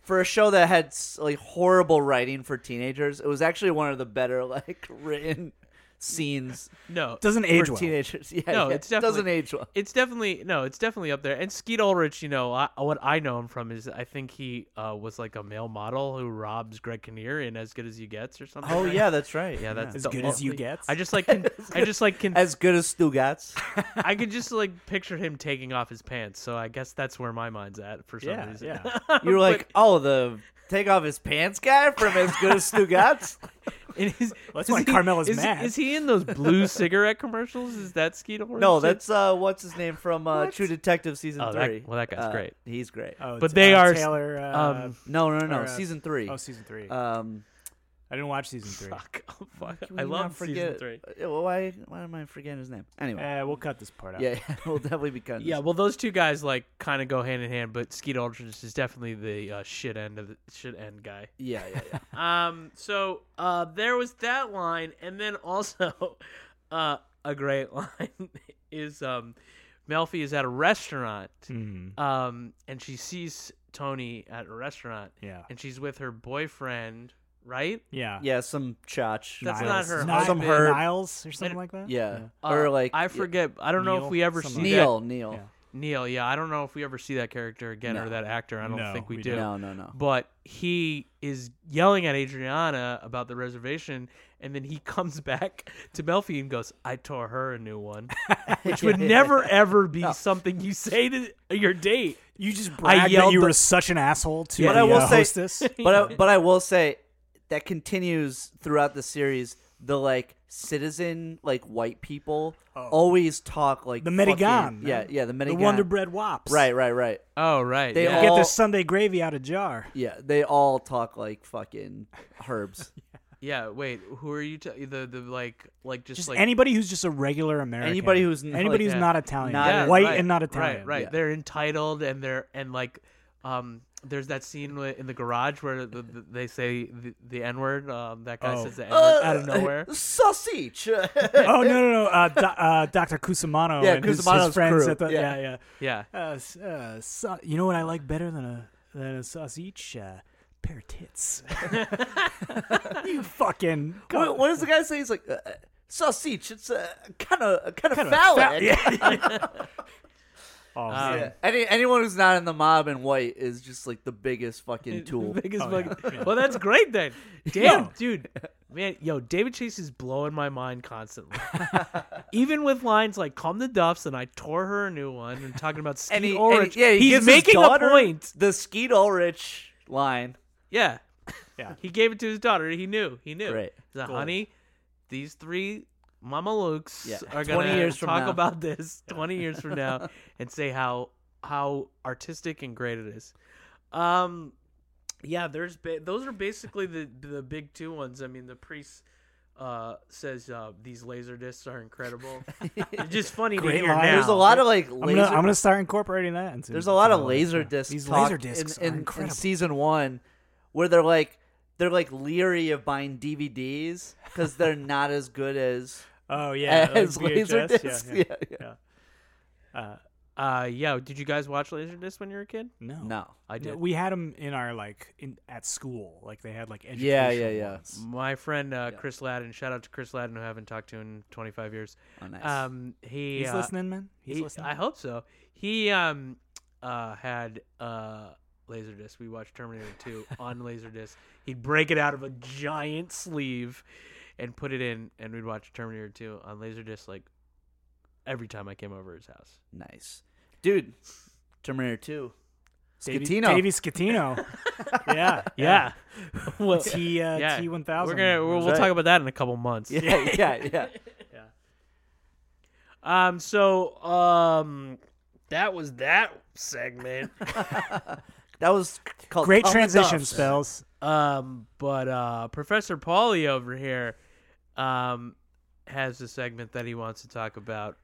Speaker 2: for a show that had s- like horrible writing for teenagers, it was actually one of the better (laughs) like written scenes
Speaker 4: no
Speaker 1: Doesn't age
Speaker 2: for
Speaker 1: well.
Speaker 2: teenagers. (laughs) Yeah,
Speaker 4: No,
Speaker 2: yeah.
Speaker 4: it's definitely-
Speaker 2: doesn't age well.
Speaker 4: it's definitely no, it's definitely up there. And Skeet Ulrich, you know, I, what I know him from is I think he uh, was like a male model who robs Greg Kinnear in As Good as You Gets or something.
Speaker 2: Oh
Speaker 4: like
Speaker 2: yeah, that's right.
Speaker 4: Yeah, that's
Speaker 1: As
Speaker 4: the
Speaker 1: good as you
Speaker 4: only-
Speaker 1: get.
Speaker 4: I just like can, I just like can,
Speaker 2: as good as Stugatz.
Speaker 4: (laughs) I could just like picture him taking off his pants. So I guess that's where my mind's at for some
Speaker 1: Yeah,
Speaker 4: reason. (laughs)
Speaker 1: yeah.
Speaker 2: You were like, oh, the take off his pants guy from As Good as
Speaker 4: (laughs)
Speaker 2: Stugatz.
Speaker 4: And is-
Speaker 1: that's
Speaker 4: is
Speaker 1: why
Speaker 4: he-
Speaker 1: Carmela's
Speaker 4: is, he-
Speaker 1: mad.
Speaker 4: Is he in those blue cigarette commercials? Is that Skeet Ulrich?
Speaker 2: No,
Speaker 4: (laughs)
Speaker 2: that's uh, what's his name from uh, True Detective season
Speaker 4: Oh, that-
Speaker 2: three.
Speaker 4: well, that guy's
Speaker 2: Uh,
Speaker 4: great.
Speaker 2: He's great.
Speaker 1: Oh,
Speaker 4: But
Speaker 1: t-
Speaker 4: they
Speaker 1: uh,
Speaker 4: are s-
Speaker 1: Taylor. Uh,
Speaker 4: um,
Speaker 2: no, no, no,
Speaker 1: or, uh,
Speaker 2: season three.
Speaker 1: oh, season three.
Speaker 2: um,
Speaker 1: I didn't watch season three.
Speaker 4: fuck. Oh, fuck.
Speaker 2: can
Speaker 4: I
Speaker 2: we
Speaker 4: love
Speaker 2: not forget.
Speaker 4: season three.
Speaker 2: uh, Why? Why am I forgetting his name? Anyway,
Speaker 1: Uh, we'll cut this part out.
Speaker 2: yeah, (laughs) we'll definitely be cutting.
Speaker 4: Yeah,
Speaker 2: this.
Speaker 4: well, those two guys like kind of go hand in hand, but Skeet Ulrich is definitely the uh, shit end of the shit end guy.
Speaker 2: yeah, yeah,
Speaker 4: (laughs)
Speaker 2: yeah.
Speaker 4: Um, so uh, there was that line, and then also (laughs) uh, a great line (laughs) is um, Melfi is at a restaurant,
Speaker 1: Mhm.
Speaker 4: um, and she sees Tony at a restaurant,
Speaker 1: Yeah.
Speaker 4: and she's with her boyfriend, right?
Speaker 1: Yeah.
Speaker 2: yeah, some chotch.
Speaker 4: That's not
Speaker 1: Niles.
Speaker 4: her
Speaker 1: Niles,
Speaker 2: husband.
Speaker 1: Niles or something like that.
Speaker 2: Yeah,
Speaker 4: Uh,
Speaker 2: or like
Speaker 4: I
Speaker 2: yeah,
Speaker 4: forget. I don't know
Speaker 1: Neil,
Speaker 4: if we ever see
Speaker 1: something like
Speaker 4: that-
Speaker 2: Neil, Neil.
Speaker 1: Yeah.
Speaker 4: Neil, yeah, I don't know if we ever see that character again or
Speaker 2: No.
Speaker 4: that actor. I don't
Speaker 1: No,
Speaker 4: think we,
Speaker 1: we
Speaker 4: do.
Speaker 1: don't.
Speaker 2: No, no, no.
Speaker 4: but he is yelling at Adriana about the reservation, and then he (laughs) comes back to Melfi and goes, "I tore her a new (laughs) one,"
Speaker 2: (laughs)
Speaker 4: which would never ever be something you say to your date.
Speaker 1: You just bragged that
Speaker 4: yelled
Speaker 1: you
Speaker 4: the-
Speaker 1: were such an asshole to
Speaker 2: But
Speaker 1: the
Speaker 2: I will
Speaker 1: uh,
Speaker 2: say- (laughs)
Speaker 1: hostess. (laughs)
Speaker 2: but I, but I will say that continues throughout the series. The like citizen, like white people, always talk like
Speaker 1: Oh. The
Speaker 2: fucking-
Speaker 1: Medigan,
Speaker 2: Yeah,
Speaker 1: man.
Speaker 2: yeah, the
Speaker 1: the
Speaker 2: Medigan.
Speaker 1: Wonder Bread Wops.
Speaker 2: Right, right, right.
Speaker 4: Oh right,
Speaker 2: They
Speaker 4: yeah.
Speaker 1: Get
Speaker 2: all-
Speaker 1: the Sunday gravy out of jar.
Speaker 2: Yeah, they all talk like fucking
Speaker 1: (laughs)
Speaker 2: herbs.
Speaker 4: yeah. Wait, who are you? T- the the like like just,
Speaker 1: Just
Speaker 4: like
Speaker 1: anybody who's just a regular American.
Speaker 2: Anybody who's n-
Speaker 1: anybody who's
Speaker 2: like,
Speaker 4: yeah.
Speaker 1: not Italian,
Speaker 2: Not-
Speaker 4: Yeah,
Speaker 1: white
Speaker 4: right,
Speaker 1: and not
Speaker 4: right,
Speaker 1: Italian.
Speaker 4: Right,
Speaker 2: Yeah.
Speaker 4: They're entitled and they're and like um. There's that scene wi- in the garage where the, the, they say the, the N word. Um, that guy
Speaker 1: Oh.
Speaker 4: says the N
Speaker 1: (laughs)
Speaker 4: word out of
Speaker 2: Uh,
Speaker 4: nowhere.
Speaker 2: Sausage. (laughs)
Speaker 1: Oh no no no! Uh, do, uh, Dr. Cusimano
Speaker 2: Yeah,
Speaker 1: and his, his
Speaker 2: Cusimano's
Speaker 1: friends
Speaker 2: crew.
Speaker 1: at the
Speaker 2: Yeah.
Speaker 1: yeah yeah.
Speaker 4: Yeah.
Speaker 1: Uh, s- uh, sa- you know what I like better than a than a sausage? Uh, pair of tits. (laughs) you fucking.
Speaker 2: what, what does the guy say? He's like uh, uh, sausage. It's uh, kind of kind of
Speaker 1: Kinda
Speaker 2: phallic.
Speaker 1: fat-
Speaker 2: (laughs)
Speaker 1: yeah. (laughs) Oh, man.
Speaker 2: Yeah. Any anyone who's not in the mob and white is just like the biggest fucking
Speaker 4: The
Speaker 2: tool.
Speaker 4: biggest
Speaker 1: Oh, yeah.
Speaker 4: fucking- Well, that's
Speaker 2: (laughs)
Speaker 4: great then. Damn, dude. Man, yo, David Chase is blowing my
Speaker 2: (laughs)
Speaker 4: mind constantly. Even with lines like "Calm the Duffs" and "I tore her a new one," and
Speaker 2: (laughs)
Speaker 4: talking about Skeet
Speaker 2: And he, and he-
Speaker 4: Ulrich.
Speaker 2: yeah, he
Speaker 4: he's
Speaker 2: gives his
Speaker 4: making
Speaker 2: daughter
Speaker 4: a point.
Speaker 2: The Skeet Ulrich line.
Speaker 4: Yeah,
Speaker 1: Yeah.
Speaker 4: (laughs) He gave it to his daughter. He knew. He knew.
Speaker 2: Right.
Speaker 4: He's like,
Speaker 1: Gold.
Speaker 4: honey, these three Mama Lukes
Speaker 2: Yeah,
Speaker 4: are
Speaker 2: 20
Speaker 4: gonna
Speaker 2: years from
Speaker 4: talk
Speaker 2: now. (laughs)
Speaker 4: about this 20 years from now and say how how artistic and great it is. Um, yeah, there's ba- those are basically the the big two ones. I mean, the priest uh says uh these laser discs
Speaker 2: (laughs)
Speaker 4: are incredible. it's just funny to
Speaker 1: Great
Speaker 4: hear
Speaker 1: line.
Speaker 4: now.
Speaker 2: There's a lot of like
Speaker 1: I'm
Speaker 2: laser.
Speaker 1: gonna, I'm gonna start incorporating that into.
Speaker 2: there's a lot
Speaker 1: into
Speaker 2: of
Speaker 1: my life,
Speaker 2: laser
Speaker 1: yeah.
Speaker 2: disc.
Speaker 1: These
Speaker 2: talk
Speaker 1: laser discs
Speaker 2: in, in,
Speaker 1: are
Speaker 2: in
Speaker 1: incredible.
Speaker 2: season one, where they're like they're like leery of buying DVDs because
Speaker 1: (laughs)
Speaker 2: they're not as good as
Speaker 1: oh yeah,
Speaker 2: (laughs) as
Speaker 1: those
Speaker 2: laser
Speaker 1: VHS,
Speaker 2: discs.
Speaker 1: Yeah, yeah.
Speaker 2: (laughs) yeah.
Speaker 4: uh yeah, did you guys watch laser discs when you were a kid?
Speaker 1: No,
Speaker 2: No.
Speaker 4: I
Speaker 1: No,
Speaker 4: did.
Speaker 1: we had them in our like in at school. Like they had like education.
Speaker 2: Yeah, yeah, yeah. Mm,
Speaker 4: My friend uh, Chris Ladden, shout out to Chris Ladden, who I haven't talked to in 25 years.
Speaker 2: Oh, nice.
Speaker 4: Um, he
Speaker 1: He's
Speaker 4: uh,
Speaker 1: listening, man. He's
Speaker 4: he-
Speaker 1: listening.
Speaker 4: I hope so. He um uh had uh laserdisc. We watched Terminator
Speaker 1: (laughs)
Speaker 4: 2 on laserdisc. He'd break it out of a giant sleeve and put it in, and we'd watch Terminator 2 on laserdisc like every time I came over his house.
Speaker 2: Nice, dude. Terminator Two.
Speaker 1: Davey-
Speaker 2: Scatino.
Speaker 1: Davey Scatino.
Speaker 2: (laughs)
Speaker 1: yeah, yeah. (laughs)
Speaker 4: (laughs) Well,
Speaker 1: T uh,
Speaker 4: yeah.
Speaker 1: T one thousand.
Speaker 4: We're gonna we'll, we'll
Speaker 2: right.
Speaker 4: talk about that in a couple months.
Speaker 2: (laughs) Yeah, yeah, yeah.
Speaker 4: Um. So um, that was that
Speaker 1: (laughs)
Speaker 4: segment.
Speaker 2: That was called
Speaker 1: Great
Speaker 2: Tom and
Speaker 1: transition
Speaker 2: Duff's.
Speaker 1: spells.
Speaker 4: Um, but uh, Professor Pauly over here um, has a segment that he wants to talk about,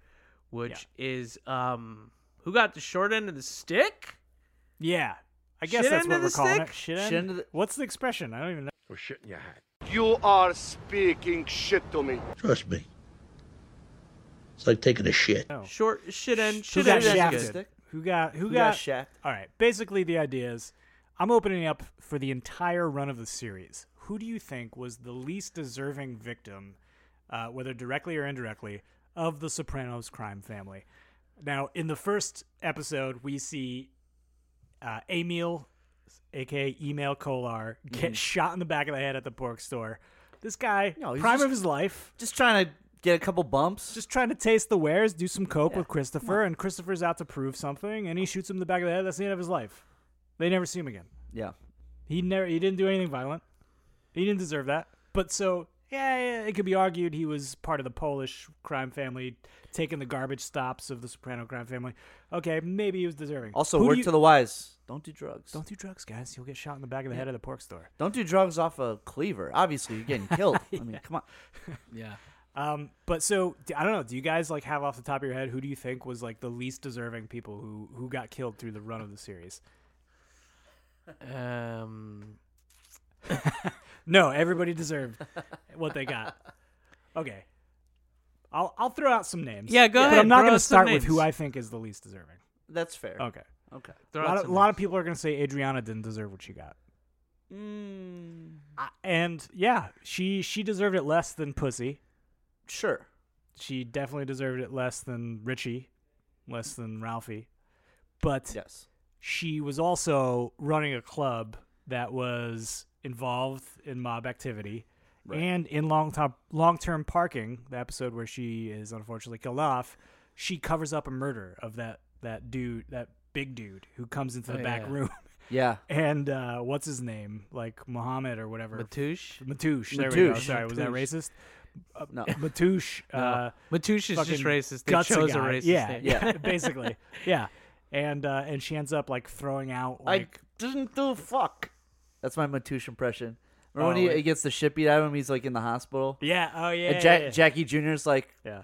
Speaker 4: which is um, who got the short end of the stick?
Speaker 1: Yeah. I guess
Speaker 4: Shit
Speaker 1: that's
Speaker 4: end
Speaker 1: what
Speaker 4: of
Speaker 1: we're
Speaker 4: the
Speaker 1: calling
Speaker 4: stick?
Speaker 1: it. Shit end?
Speaker 2: Shit end of the-
Speaker 1: What's the expression? I don't even know.
Speaker 6: We're shitting your hat.
Speaker 5: You are speaking shit to me.
Speaker 6: Trust me. It's like taking a shit.
Speaker 4: Short shit
Speaker 1: Oh.
Speaker 4: end.
Speaker 1: Who
Speaker 4: Shit
Speaker 1: got
Speaker 4: end.
Speaker 2: end of the
Speaker 1: shafted?
Speaker 2: stick?
Speaker 1: Who got who
Speaker 2: You got
Speaker 1: got,
Speaker 2: Shaq.
Speaker 1: All right. Basically the idea is I'm opening up for the entire run of the series. Who do you think was the least deserving victim uh, whether directly or indirectly of the Sopranos crime family? Now, in the first episode, we see uh, Emil, aka Email Kolar, get shot in the back of the head at the pork store. This guy,
Speaker 2: Mm-hmm. No, he's
Speaker 1: prime
Speaker 2: just-
Speaker 1: of his life,
Speaker 2: Just trying to get a couple bumps.
Speaker 1: just trying to taste the wares, do some coke with Christopher, and Christopher's out to prove something, and he shoots him in the back of the head. That's the end of his life. They never see him again.
Speaker 2: yeah.
Speaker 1: He never. He didn't do anything violent. He didn't deserve that. But so yeah, yeah, it could be argued he was part of the Polish crime family, taking the garbage stops of the Soprano crime family. Okay, maybe he was deserving.
Speaker 2: Also,
Speaker 1: Who do
Speaker 2: word
Speaker 1: you-
Speaker 2: to the wise: don't do drugs.
Speaker 1: Don't do drugs, guys. You'll get shot in the back of the head at the pork store.
Speaker 2: Don't do drugs off a cleaver. Obviously, you're getting
Speaker 1: (laughs)
Speaker 2: killed. I mean, come on.
Speaker 4: Yeah.
Speaker 1: Um, but so d- I don't know. Do you guys like have off the top of your head who do you think was like the least deserving people who who got killed through the run of the series?
Speaker 4: Um.
Speaker 1: No, everybody deserved what they got. Okay. I'll I'll throw out some names.
Speaker 4: Yeah, go
Speaker 1: But
Speaker 4: ahead,
Speaker 1: I'm not
Speaker 4: throw
Speaker 1: gonna
Speaker 4: out some
Speaker 1: start with who
Speaker 4: names.
Speaker 1: I think is the least deserving.
Speaker 2: That's fair.
Speaker 1: Okay.
Speaker 2: Okay.
Speaker 1: A
Speaker 4: Throw out
Speaker 1: lot, of,
Speaker 4: some
Speaker 1: a lot of
Speaker 4: names.
Speaker 1: people are going to say Adriana didn't deserve what she got.
Speaker 2: Mm,
Speaker 1: I- And yeah, she she deserved it less than Pussy.
Speaker 2: sure.
Speaker 1: She definitely deserved it less than Richie, less than Ralphie. But
Speaker 2: Yes.
Speaker 1: she was also running a club that was involved in mob activity and in long term long term parking. The episode where she is unfortunately killed off, she covers up a murder of that that dude, that big dude who comes into the
Speaker 4: Oh,
Speaker 1: back
Speaker 4: yeah.
Speaker 1: room. (laughs)
Speaker 2: Yeah.
Speaker 1: And uh, what's his name? Like Mohammed or whatever.
Speaker 4: Matouche.
Speaker 1: Matouche. There we go.
Speaker 2: Matouche.
Speaker 1: Sorry, was that
Speaker 4: Matouche.
Speaker 1: racist?
Speaker 2: No.
Speaker 4: (laughs)
Speaker 1: Matouche. Uh,
Speaker 4: Matouche is just
Speaker 1: fucking
Speaker 4: racist. They
Speaker 1: guts
Speaker 4: chose a
Speaker 1: guy.
Speaker 4: racist
Speaker 1: yeah,
Speaker 4: name. (laughs)
Speaker 1: Yeah, basically. Yeah. And uh, and she ends up like throwing out
Speaker 2: I
Speaker 1: like
Speaker 2: didn't do fuck. That's my Matouche impression. Remember
Speaker 1: Oh,
Speaker 2: when he,
Speaker 1: wait.
Speaker 2: he gets the shit beat out of him? He's like in the hospital.
Speaker 1: Yeah. Oh yeah.
Speaker 2: and
Speaker 1: yeah,
Speaker 2: Jack,
Speaker 1: yeah.
Speaker 2: Jackie Jr.'s like,
Speaker 1: Yeah.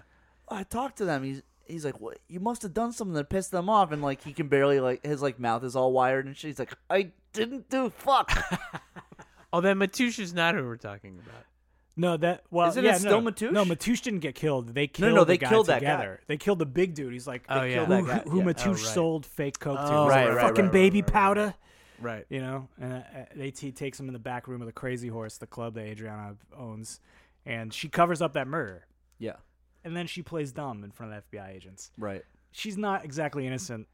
Speaker 2: I talked to them. He's he's like, what? You must have done something that pissed them off, and like he can barely like his like mouth is all wired and shit. He's like, I didn't do fuck.
Speaker 4: Oh, then Matouche is not who we're talking about.
Speaker 1: No, that well,
Speaker 2: Isn't it
Speaker 1: yeah,
Speaker 2: still
Speaker 1: no,
Speaker 2: Matouche?
Speaker 1: No, Matouche didn't get killed. They
Speaker 2: No,
Speaker 1: killed.
Speaker 2: no, they
Speaker 1: the guy
Speaker 2: killed that guy.
Speaker 1: together. They killed the big dude. He's like,
Speaker 4: Oh,
Speaker 1: who-
Speaker 4: yeah.
Speaker 1: who,
Speaker 2: Killed that guy,
Speaker 1: who
Speaker 2: yeah.
Speaker 1: Matouche
Speaker 4: Oh, right.
Speaker 1: sold fake coke to?
Speaker 4: Oh,
Speaker 1: He's
Speaker 2: right,
Speaker 1: like,
Speaker 2: right,
Speaker 1: fucking
Speaker 2: right,
Speaker 1: baby
Speaker 4: right, right,
Speaker 1: powder.
Speaker 4: Right.
Speaker 1: You know, and uh, uh, they t- takes him in the back room of the Crazy Horse, the club that Adriana owns, and she covers up that murder,
Speaker 2: yeah.
Speaker 1: and then she plays dumb in front of FBI agents.
Speaker 2: Right.
Speaker 1: She's not exactly innocent.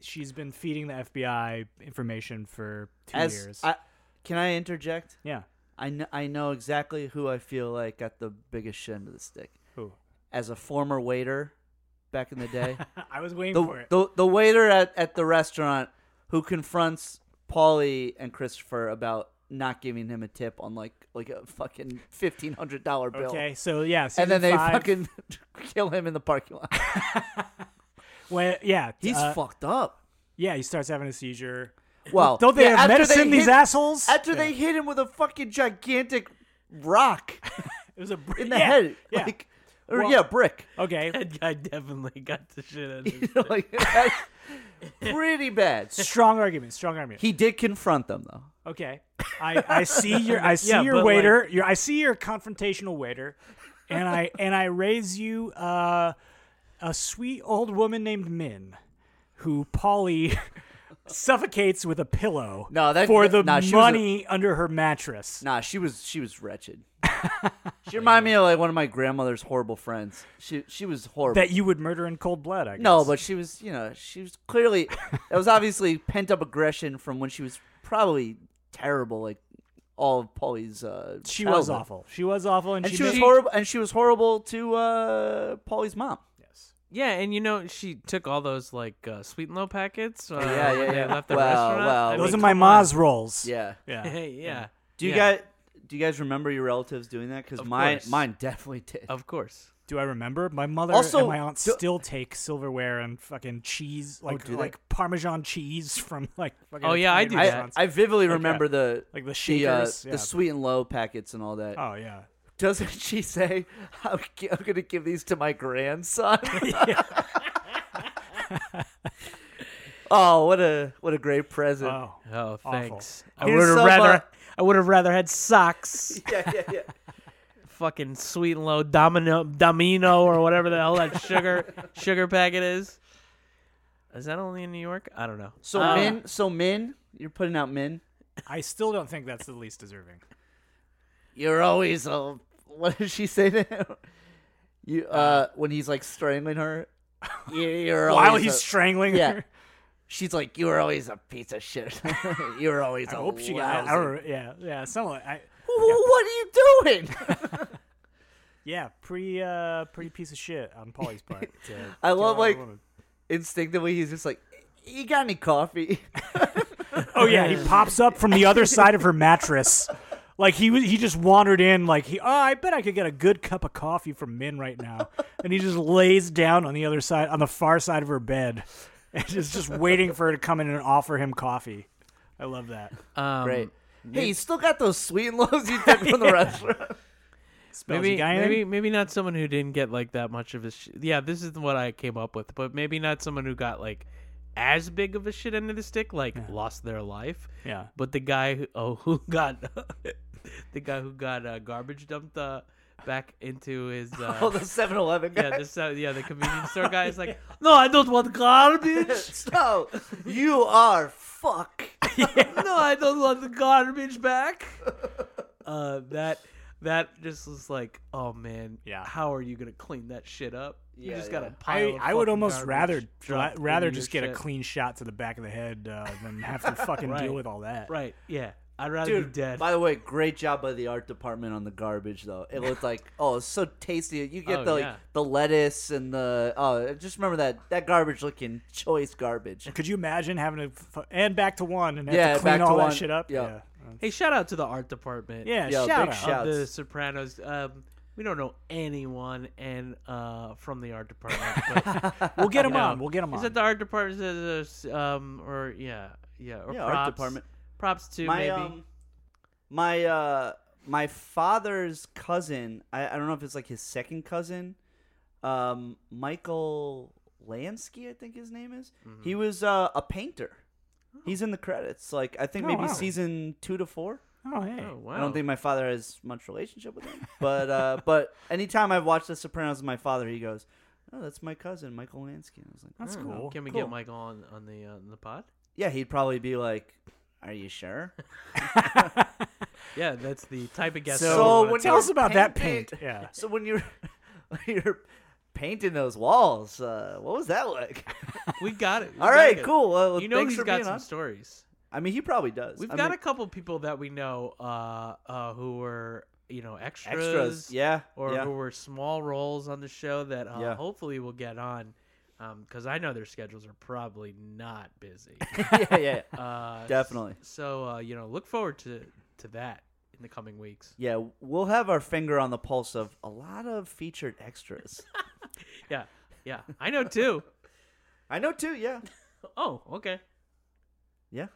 Speaker 1: She's been feeding the FBI information for two
Speaker 2: As
Speaker 1: years.
Speaker 2: I, can I interject? (laughs)
Speaker 1: yeah.
Speaker 2: I know, I know exactly who I feel like got the biggest shit into the stick.
Speaker 1: Who?
Speaker 2: As a former waiter back
Speaker 1: (laughs)
Speaker 2: in the day,
Speaker 1: I was waiting for
Speaker 2: the,
Speaker 1: it.
Speaker 2: the the waiter at, at the restaurant who confronts Paulie and Christopher about not giving him a tip on like like a fucking fifteen hundred dollar bill.
Speaker 1: Okay, so yeah, season
Speaker 2: And then they
Speaker 1: five,
Speaker 2: fucking (laughs) kill him in the parking
Speaker 1: (laughs)
Speaker 2: lot.
Speaker 1: Well, yeah,
Speaker 2: He's
Speaker 1: uh,
Speaker 2: fucked up.
Speaker 1: yeah, he starts having a seizure.
Speaker 2: Well,
Speaker 1: Don't they
Speaker 2: yeah,
Speaker 1: have
Speaker 2: after
Speaker 1: medicine?
Speaker 2: they
Speaker 1: these
Speaker 2: hit-
Speaker 1: assholes.
Speaker 2: After they hit him with a fucking gigantic rock
Speaker 1: it was a br-
Speaker 2: in the
Speaker 1: yeah,
Speaker 2: head,
Speaker 1: Yeah.
Speaker 2: like or
Speaker 1: Well-
Speaker 2: yeah, brick. (laughs)
Speaker 1: okay,
Speaker 4: (laughs) That guy definitely got the shit out of
Speaker 2: You
Speaker 4: his
Speaker 2: know, (laughs) like, that's pretty (laughs) bad.
Speaker 1: strong argument. Strong argument.
Speaker 2: He did confront them though.
Speaker 1: Okay, I, I
Speaker 2: (laughs)
Speaker 1: see your I see
Speaker 4: Yeah,
Speaker 1: your
Speaker 4: but, like-
Speaker 1: waiter. your I see your confrontational waiter, and
Speaker 2: (laughs)
Speaker 1: I and I raise you uh, a sweet old woman named Min, who Polly (laughs) suffocates with a pillow.
Speaker 2: No, that-
Speaker 1: for the
Speaker 2: nah, she was a-
Speaker 1: money under her mattress.
Speaker 2: Nah, she was she was (laughs) wretched. she reminded me of like one of my grandmother's horrible friends. She she was horrible.
Speaker 1: That you would murder in cold blood. I guess.
Speaker 2: no, but she was you know she was clearly that was obviously pent up aggression from when she was probably terrible like all of Polly's. Uh,
Speaker 1: she was
Speaker 2: childhood.
Speaker 1: awful. She was awful, and,
Speaker 2: and she,
Speaker 1: made-
Speaker 2: was horrible. And she was horrible to uh, Polly's mom.
Speaker 4: Yeah, and you know she took all those like uh, sweet and low packets. Uh,
Speaker 2: (laughs) Yeah, yeah,
Speaker 4: when they
Speaker 2: yeah.
Speaker 4: Left the
Speaker 2: Well,
Speaker 4: restaurant.
Speaker 2: well,
Speaker 4: I mean,
Speaker 1: Those are
Speaker 2: Wasn't
Speaker 1: my
Speaker 4: come on.
Speaker 1: mom's rolls.
Speaker 2: Yeah.
Speaker 1: yeah.
Speaker 4: Hey, (laughs) yeah.
Speaker 2: Do you
Speaker 4: Yeah.
Speaker 2: guys do you guys remember your relatives doing that? Because mine
Speaker 4: course.
Speaker 2: mine definitely did.
Speaker 4: Of course.
Speaker 1: Do I remember? My mother
Speaker 2: Also,
Speaker 1: and my aunt
Speaker 2: do-
Speaker 1: still take silverware and fucking cheese, like
Speaker 2: do they?
Speaker 1: like Parmesan cheese from like. fucking
Speaker 4: Oh, yeah, I
Speaker 1: Italian
Speaker 4: do that.
Speaker 2: (laughs) I,
Speaker 1: restaurants.
Speaker 2: I vividly
Speaker 1: Like, uh,
Speaker 2: remember the
Speaker 1: like the
Speaker 2: the, uh,
Speaker 1: shakers. yeah.
Speaker 2: the sweet and low packets and all that.
Speaker 1: Oh yeah.
Speaker 2: Doesn't (laughs) she say I'm, g- I'm gonna give these to my
Speaker 1: (laughs)
Speaker 2: grandson? (laughs) oh, what a what a great present!
Speaker 1: Oh.
Speaker 4: Oh, thanks. I
Speaker 2: Here's
Speaker 4: would have
Speaker 2: some,
Speaker 4: rather.
Speaker 2: uh,
Speaker 4: I would have rather had socks.
Speaker 2: Yeah, yeah,
Speaker 1: (laughs)
Speaker 2: yeah.
Speaker 4: Fucking sweet and low domino, domino, or whatever the hell that
Speaker 2: (laughs)
Speaker 4: sugar sugar packet is. Is that only in New York? I don't know.
Speaker 2: So
Speaker 1: Um,
Speaker 4: Uh,
Speaker 2: Min, so Min, you're putting out Min.
Speaker 1: I still don't think that's the least deserving.
Speaker 2: You're always a. What did she say to him? You uh, when he's like
Speaker 1: (laughs)
Speaker 2: strangling her. You- You're
Speaker 1: While
Speaker 2: always
Speaker 1: he's
Speaker 2: a-
Speaker 1: strangling
Speaker 2: Oh, yeah.
Speaker 1: her.
Speaker 2: she's like, you were always a piece of shit. (laughs) you were always.
Speaker 1: I
Speaker 2: a
Speaker 1: hope she got.
Speaker 2: lousy.
Speaker 1: I don't, yeah, yeah. Someone. I,
Speaker 2: Wh- What are
Speaker 1: (laughs)
Speaker 2: you doing?
Speaker 1: yeah, pretty, uh, pretty piece of shit on Polly's part. uh, to
Speaker 2: I love
Speaker 1: kill a
Speaker 2: like
Speaker 1: woman.
Speaker 2: instinctively he's just like, "You got any coffee?" (laughs)
Speaker 1: Oh yeah, he pops up from the other side of her mattress. Like he was, he just wandered in. Like he, oh, I bet I could get a good cup of coffee from Min right now. And he just lays down on the other side, on the far side of her bed, and just just waiting for her to come in and offer him coffee. I love that.
Speaker 4: um,
Speaker 2: Right. Hey, you still got those sweet and lows
Speaker 4: (laughs)
Speaker 2: you took from the restaurant. (laughs)
Speaker 1: Spells you
Speaker 4: Maybe,
Speaker 1: guy in?
Speaker 4: maybe, maybe not someone who didn't get like that much of a. Sh- yeah, this is what I came up with, but maybe not someone who got like as big of a shit end of the stick, like lost their life.
Speaker 1: Yeah.
Speaker 4: But the guy who oh (laughs) who got the guy who got uh, garbage dumped uh, back
Speaker 1: (laughs)
Speaker 4: into his uh,
Speaker 2: Oh, the 7-Eleven guy.
Speaker 4: (laughs) yeah this uh, yeah the convenience store guy is like
Speaker 1: (laughs)
Speaker 4: no I don't want garbage
Speaker 2: (laughs)
Speaker 4: (laughs)
Speaker 2: so you are fuck.
Speaker 4: no I don't want the garbage back uh, that that just was like oh man
Speaker 1: Yeah.
Speaker 4: how are you gonna clean that shit up you
Speaker 2: Yeah,
Speaker 4: just got
Speaker 2: yeah.
Speaker 4: a pile
Speaker 1: I,
Speaker 4: of
Speaker 1: I would
Speaker 4: fucking
Speaker 1: almost
Speaker 4: garbage
Speaker 1: rather
Speaker 4: dropped
Speaker 1: rather
Speaker 4: into
Speaker 1: just
Speaker 4: your
Speaker 1: get a
Speaker 4: shit.
Speaker 1: clean shot to the back of the head uh, than have
Speaker 4: (laughs)
Speaker 1: to fucking
Speaker 4: Right.
Speaker 1: deal with all that.
Speaker 4: right yeah I'd rather
Speaker 2: Dude,
Speaker 4: be dead
Speaker 2: by the way, great job by the art department on the garbage though. It looked like
Speaker 4: (laughs)
Speaker 2: oh, it's so tasty. You get
Speaker 4: Oh,
Speaker 2: the like,
Speaker 4: yeah.
Speaker 2: the lettuce and the oh, I just remember that that garbage looking choice garbage.
Speaker 1: Could you imagine having to fu- and back to one and have
Speaker 2: Yeah,
Speaker 1: to clean
Speaker 2: back to
Speaker 1: all that
Speaker 2: one.
Speaker 1: shit up?
Speaker 2: Yeah.
Speaker 4: hey shout out to the art department
Speaker 1: Yeah.
Speaker 2: Yeah,
Speaker 1: shout
Speaker 2: big
Speaker 1: out.
Speaker 2: shout.
Speaker 4: of the
Speaker 2: Shouts.
Speaker 4: Sopranos. Um, we don't know anyone and uh, from the
Speaker 2: (laughs)
Speaker 4: art department. But,
Speaker 1: We'll
Speaker 4: (laughs)
Speaker 1: get him
Speaker 4: you know,
Speaker 1: on. We'll get him
Speaker 4: Is
Speaker 1: on.
Speaker 4: it the art department? Is it, uh, um, or yeah, yeah, or
Speaker 2: Yeah, art
Speaker 4: props,
Speaker 2: department.
Speaker 4: Props to
Speaker 2: my
Speaker 4: maybe.
Speaker 2: um, my uh, my father's cousin. I, I don't know if it's like his second cousin, um, Michael Lansky, I think his name is. He
Speaker 1: Mm-hmm.
Speaker 2: was uh, a painter. He's in the credits. Like I think
Speaker 1: Oh,
Speaker 2: maybe
Speaker 1: wow.
Speaker 2: season two to four.
Speaker 1: oh hey.
Speaker 4: oh wow.
Speaker 2: I don't think my father has much relationship with him, but
Speaker 1: (laughs)
Speaker 2: uh, but anytime I've watched The Sopranos with my father, he goes, "Oh, that's my cousin, Michael Lansky." And I was like,
Speaker 1: That's
Speaker 2: "Oh."
Speaker 1: cool.
Speaker 4: Can we
Speaker 2: Cool.
Speaker 4: get Michael on on the uh, on the pod?
Speaker 2: Yeah, he'd probably be like, "Are you sure?"
Speaker 4: Yeah, that's the type of guest.
Speaker 1: So,
Speaker 4: that we wanna
Speaker 2: when
Speaker 1: tell
Speaker 2: you're
Speaker 1: us about that
Speaker 2: painting-
Speaker 1: paint. Yeah.
Speaker 2: (laughs) So when you're when you're painting those walls, uh, what was that
Speaker 4: (laughs)
Speaker 2: like?
Speaker 4: talk- we
Speaker 2: (laughs)
Speaker 4: got it. We
Speaker 2: All
Speaker 4: got
Speaker 2: right,
Speaker 4: it.
Speaker 2: cool. Well, well,
Speaker 4: You know
Speaker 2: thanks
Speaker 4: he's
Speaker 2: for
Speaker 4: got
Speaker 2: being
Speaker 4: some
Speaker 2: on.
Speaker 4: stories.
Speaker 2: I mean, he probably does.
Speaker 4: We've
Speaker 2: I
Speaker 4: got
Speaker 2: mean,
Speaker 4: a couple people that we know uh, uh, who were you know extras,
Speaker 2: extras. Yeah,
Speaker 4: or
Speaker 2: yeah.
Speaker 4: who were small roles on the show that uh,
Speaker 2: Yeah.
Speaker 4: hopefully we'll get on because I know their schedules are probably not busy.
Speaker 2: (laughs) (laughs)
Speaker 4: (laughs)
Speaker 2: yeah, yeah, yeah.
Speaker 4: Uh,
Speaker 2: Definitely.
Speaker 4: So uh, you know, look forward to to that in the coming weeks.
Speaker 2: Yeah, we'll have our finger on the pulse of a lot of featured
Speaker 4: (laughs)
Speaker 2: extras.
Speaker 4: Yeah, yeah, I know too.
Speaker 2: I know too. Yeah,
Speaker 4: (laughs) Oh, okay.
Speaker 2: yeah.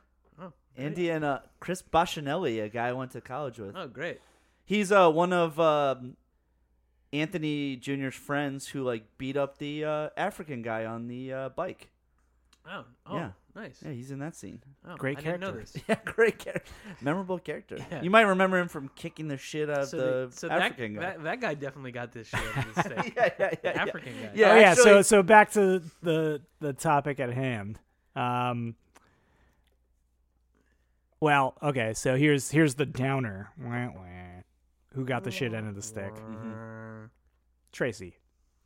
Speaker 4: Oh,
Speaker 2: Andy and uh, Chris Boschinelli, a guy I went to college with.
Speaker 4: oh, great.
Speaker 2: He's uh one of um, Anthony Junior's friends who like beat up the uh, African guy on the uh, bike.
Speaker 4: Oh, oh,
Speaker 2: Yeah.
Speaker 4: nice.
Speaker 2: Yeah, he's in that scene.
Speaker 4: Oh,
Speaker 1: Great
Speaker 4: I didn't know
Speaker 1: character.
Speaker 4: this.
Speaker 2: (laughs) Yeah, great character, memorable character.
Speaker 4: Yeah.
Speaker 2: You might remember him from kicking the shit out (laughs) of the
Speaker 4: so
Speaker 2: African guy.
Speaker 4: that, That, that guy definitely got this shit.
Speaker 2: (laughs)
Speaker 4: out of this thing.
Speaker 2: yeah, yeah, yeah,
Speaker 4: The
Speaker 2: yeah.
Speaker 4: African guy.
Speaker 2: Yeah,
Speaker 1: oh yeah, so
Speaker 2: actually-
Speaker 1: so back to the the topic at hand. Um Well, okay, so here's here's the downer. Wah, wah. Who got the shit end of the stick?
Speaker 2: Mm-hmm.
Speaker 4: Oh,
Speaker 1: Tracy.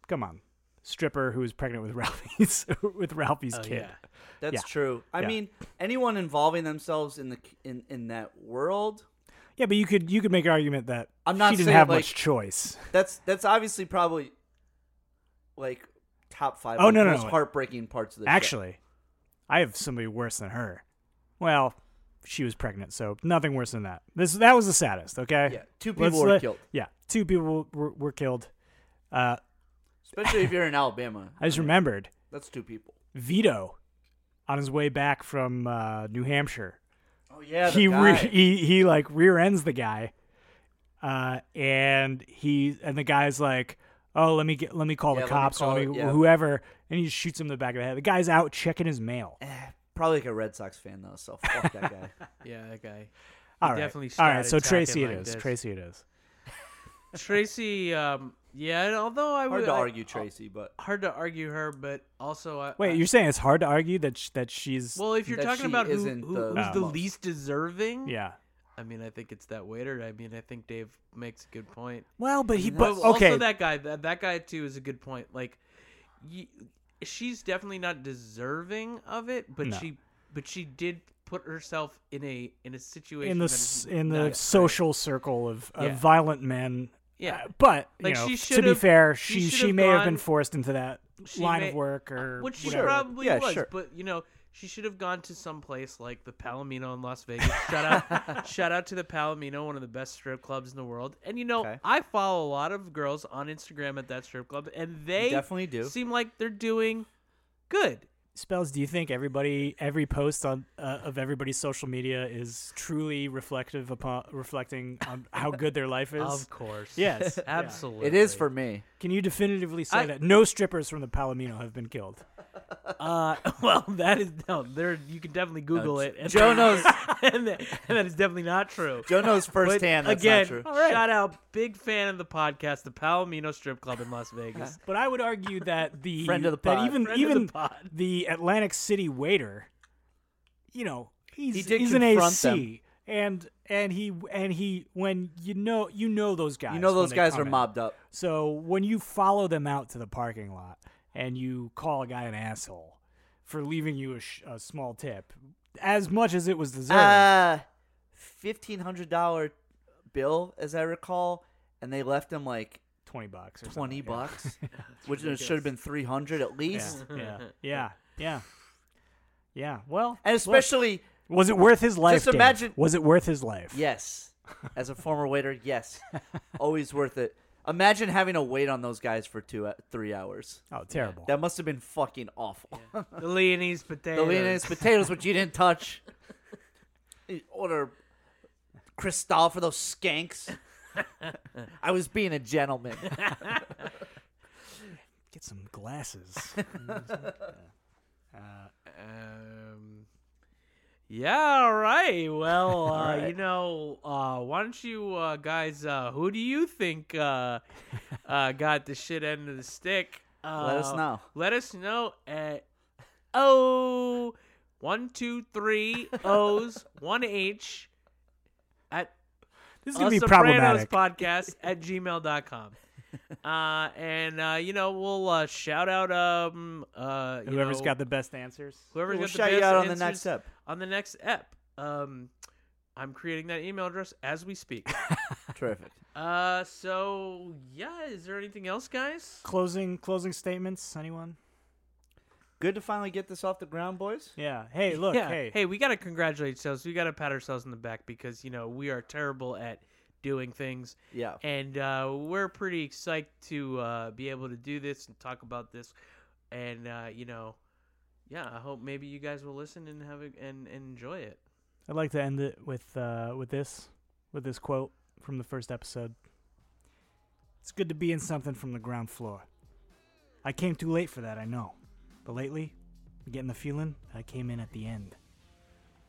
Speaker 1: Come on. Stripper who was pregnant with (laughs) Ralphie's with Ralphie's
Speaker 4: Oh,
Speaker 1: kid.
Speaker 4: yeah.
Speaker 2: That's
Speaker 1: Yeah.
Speaker 2: true. I
Speaker 1: Yeah.
Speaker 2: mean, anyone involving themselves in the in in that world,
Speaker 1: Yeah, but you could you could make an argument that
Speaker 2: I'm not
Speaker 1: she didn't
Speaker 2: saying,
Speaker 1: have
Speaker 2: like-
Speaker 1: much choice.
Speaker 2: that's that's obviously probably like top five.
Speaker 1: Oh,
Speaker 2: like,
Speaker 1: no, no,
Speaker 2: most
Speaker 1: no.
Speaker 2: heartbreaking parts of the show.
Speaker 1: Actually, I have somebody worse than her. Well, she was pregnant, so nothing worse than that. This that was the saddest. Okay.
Speaker 2: Yeah, two people were killed.
Speaker 1: Yeah, two people were, were killed. Uh,
Speaker 2: especially if
Speaker 1: (laughs)
Speaker 2: you're in Alabama,
Speaker 1: I just remembered
Speaker 2: that's two people.
Speaker 1: Vito on his way back from uh, New Hampshire.
Speaker 2: Oh yeah,
Speaker 1: he, re- he he like rear ends the guy, uh, and he and the guy's like, "Oh, let me get let me call
Speaker 2: Yeah,
Speaker 1: the
Speaker 2: let me
Speaker 1: cops, or
Speaker 2: call
Speaker 1: let
Speaker 2: it,"
Speaker 1: me,
Speaker 2: yeah.
Speaker 1: whoever," and he just shoots him in the back of the head. The guy's out checking his mail.
Speaker 2: probably like a Red Sox fan though, so fuck that guy.
Speaker 4: Yeah, that guy.
Speaker 1: All right,
Speaker 4: definitely
Speaker 1: all right.
Speaker 4: started
Speaker 1: So
Speaker 4: talking
Speaker 1: Tracy, it
Speaker 4: like
Speaker 1: is.
Speaker 4: this.
Speaker 1: Tracy, it is.
Speaker 4: Tracy. Um, yeah, and although I
Speaker 2: Hard
Speaker 4: would
Speaker 2: to
Speaker 4: I-
Speaker 2: argue Tracy, but
Speaker 4: hard to argue her, but also I,
Speaker 1: Wait,
Speaker 4: I-
Speaker 1: you're saying it's hard to argue that sh- that she's
Speaker 4: (laughs) well. If you're
Speaker 2: that
Speaker 4: talking
Speaker 2: she
Speaker 4: about who,
Speaker 2: isn't
Speaker 4: who-
Speaker 2: the
Speaker 4: who's the
Speaker 2: most.
Speaker 4: least deserving,
Speaker 1: yeah.
Speaker 4: I mean, I think it's that waiter. I mean, I think Dave makes a good point.
Speaker 1: Well, but he but
Speaker 4: But
Speaker 1: okay.
Speaker 4: also that guy, that that guy too is a good point. Like, y she's definitely not deserving of it, but
Speaker 1: No.
Speaker 4: she, but she did put herself in a in a situation
Speaker 1: in the
Speaker 4: that is
Speaker 1: s- in the
Speaker 4: not
Speaker 1: social circle of, of
Speaker 4: Yeah.
Speaker 1: violent men.
Speaker 4: Yeah.
Speaker 1: Uh, but you
Speaker 4: Like,
Speaker 1: know, to
Speaker 4: she should
Speaker 1: be
Speaker 4: have-
Speaker 1: fair,
Speaker 4: she
Speaker 1: she
Speaker 4: should
Speaker 1: she
Speaker 4: have
Speaker 1: may have been
Speaker 4: gone-
Speaker 1: forced into that
Speaker 4: she
Speaker 1: line
Speaker 4: may- Uh,
Speaker 1: of worwork or
Speaker 4: Which she
Speaker 1: whatever.
Speaker 4: probably
Speaker 2: Yeah,
Speaker 4: was,
Speaker 2: sure.
Speaker 4: but you know, she should have gone to some place like the Palomino in Las Vegas. shout
Speaker 2: (laughs)
Speaker 4: out, shout out to the Palomino, one of the best strip clubs in the world. And you know,
Speaker 2: Okay.
Speaker 4: I follow a lot of girls on Instagram at that strip club, and they
Speaker 2: definitely do.
Speaker 4: seem like they're doing good.
Speaker 1: Spells. Do you think everybody every post on uh, of everybody's social media is truly reflective upon reflecting on how good their life is?
Speaker 4: (laughs) Of
Speaker 1: (laughs)
Speaker 4: course,
Speaker 1: Yes.
Speaker 4: absolutely.
Speaker 2: it is for me.
Speaker 1: Can you definitively say
Speaker 4: I-
Speaker 1: that no strippers from the Palomino have been killed?
Speaker 4: Uh, (laughs) well, that is no. There, you can definitely Google it. (laughs) And
Speaker 2: Joe knows-
Speaker 4: and that, and that is definitely not true.
Speaker 2: Joe knows
Speaker 4: But
Speaker 2: firsthand that's
Speaker 4: again,
Speaker 2: not true.
Speaker 4: shout out, big fan of the podcast, the Palomino Strip Club in Las Vegas.
Speaker 2: (laughs)
Speaker 1: But I would argue that the
Speaker 2: Friend of the
Speaker 1: that
Speaker 2: pod.
Speaker 1: even
Speaker 4: Friend of the
Speaker 1: even
Speaker 4: pod.
Speaker 1: the Atlantic City waiter, you know, he's
Speaker 2: He did
Speaker 1: he's an
Speaker 2: confront
Speaker 1: AC, and and he and he when you know you know those guys,
Speaker 2: You know
Speaker 1: when
Speaker 2: those
Speaker 1: they
Speaker 2: guys
Speaker 1: come
Speaker 2: are
Speaker 1: in.
Speaker 2: mobbed up.
Speaker 1: So when you follow them out to the parking lot and you call a guy an asshole for leaving you a, sh- a small tip, as much as it was deserved,
Speaker 2: Uh, fifteen hundred dollar bill, as I recall, and they left him like
Speaker 1: twenty bucks, or something,
Speaker 2: twenty
Speaker 1: yeah.
Speaker 2: bucks,
Speaker 1: (laughs)
Speaker 2: which it should have been three hundred at
Speaker 1: Yeah, (laughs)
Speaker 2: least.
Speaker 1: yeah, yeah, yeah, yeah. Well,
Speaker 2: And
Speaker 1: look.
Speaker 2: especially
Speaker 1: Was it worth his life? Dave?
Speaker 2: imagine-
Speaker 1: Was it worth his life?
Speaker 2: yes, as a former waiter,
Speaker 1: (laughs)
Speaker 2: yes, always worth it. Imagine having to wait on those guys for two, uh, three hours.
Speaker 1: Oh, terrible.
Speaker 2: That must have been fucking awful.
Speaker 4: The
Speaker 2: (laughs)
Speaker 4: Leonese
Speaker 2: the
Speaker 4: potatoes.
Speaker 2: Leonese potatoes, which you didn't
Speaker 1: (laughs)
Speaker 2: touch. You order Cristal for
Speaker 1: (laughs)
Speaker 2: those skanks. I was being a gentleman.
Speaker 1: Get some glasses.
Speaker 4: Um, yeah, all right.
Speaker 2: (laughs)
Speaker 4: Well, uh, you know, uh, why don't you uh, guys? Uh, who do you
Speaker 2: (laughs)
Speaker 4: think uh, uh, got the shit end of the stick? Uh,
Speaker 2: Let us know.
Speaker 4: Let us know at oh one two three O's one H at
Speaker 1: This is
Speaker 4: a
Speaker 1: gonna be
Speaker 4: Sopranos
Speaker 1: problematic.
Speaker 4: podcast at gmail.com. Uh, and uh, you know we'll uh, shout out um uh you
Speaker 1: Whoever's
Speaker 4: know,
Speaker 1: got the best answers.
Speaker 4: whoever's
Speaker 2: We'll
Speaker 4: got the
Speaker 2: shout you
Speaker 4: best
Speaker 2: out on the
Speaker 4: answers
Speaker 2: next ep.
Speaker 4: on the next ep. Um, I'm creating that email address as we speak.
Speaker 2: Terrific.
Speaker 4: uh, so yeah, is there anything else, guys?
Speaker 1: Closing closing statements. Anyone?
Speaker 2: Good to finally get this off the ground, boys.
Speaker 1: Yeah. Hey, look.
Speaker 4: yeah.
Speaker 1: Hey.
Speaker 4: we got to congratulate ourselves. We got to pat ourselves on the back because you know we are terrible at doing things,
Speaker 2: Yeah.
Speaker 4: and uh, we're pretty excited to uh, be able to do this and talk about this, and uh, you know, yeah. I hope maybe you guys will listen and have a, and, and enjoy it.
Speaker 1: I'd like to end it with uh, with this with this quote from the first episode. It's good to be in something from the ground floor. I came too late for that, I know, but lately, I'm getting the feeling that I came in at the end.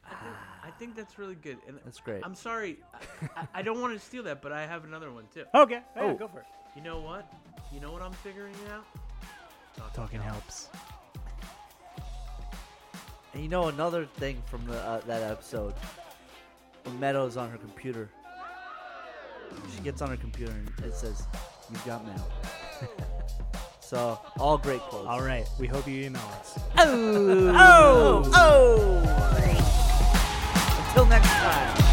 Speaker 4: I think, I think that's really good. And
Speaker 2: That's great.
Speaker 4: I'm sorry, I, I, I don't want to steal that, but I have another one too.
Speaker 1: Okay.
Speaker 2: Oh.
Speaker 1: go for it.
Speaker 4: You know what? You know what I'm figuring out?
Speaker 1: Talking helps.
Speaker 2: And you know another thing from the, uh, that episode. When Meadows on her computer, she gets on her computer and it says, "You've got mail." (laughs) so all great quotes.
Speaker 1: All right. We hope you email us.
Speaker 2: Oh. Oh. Until next time.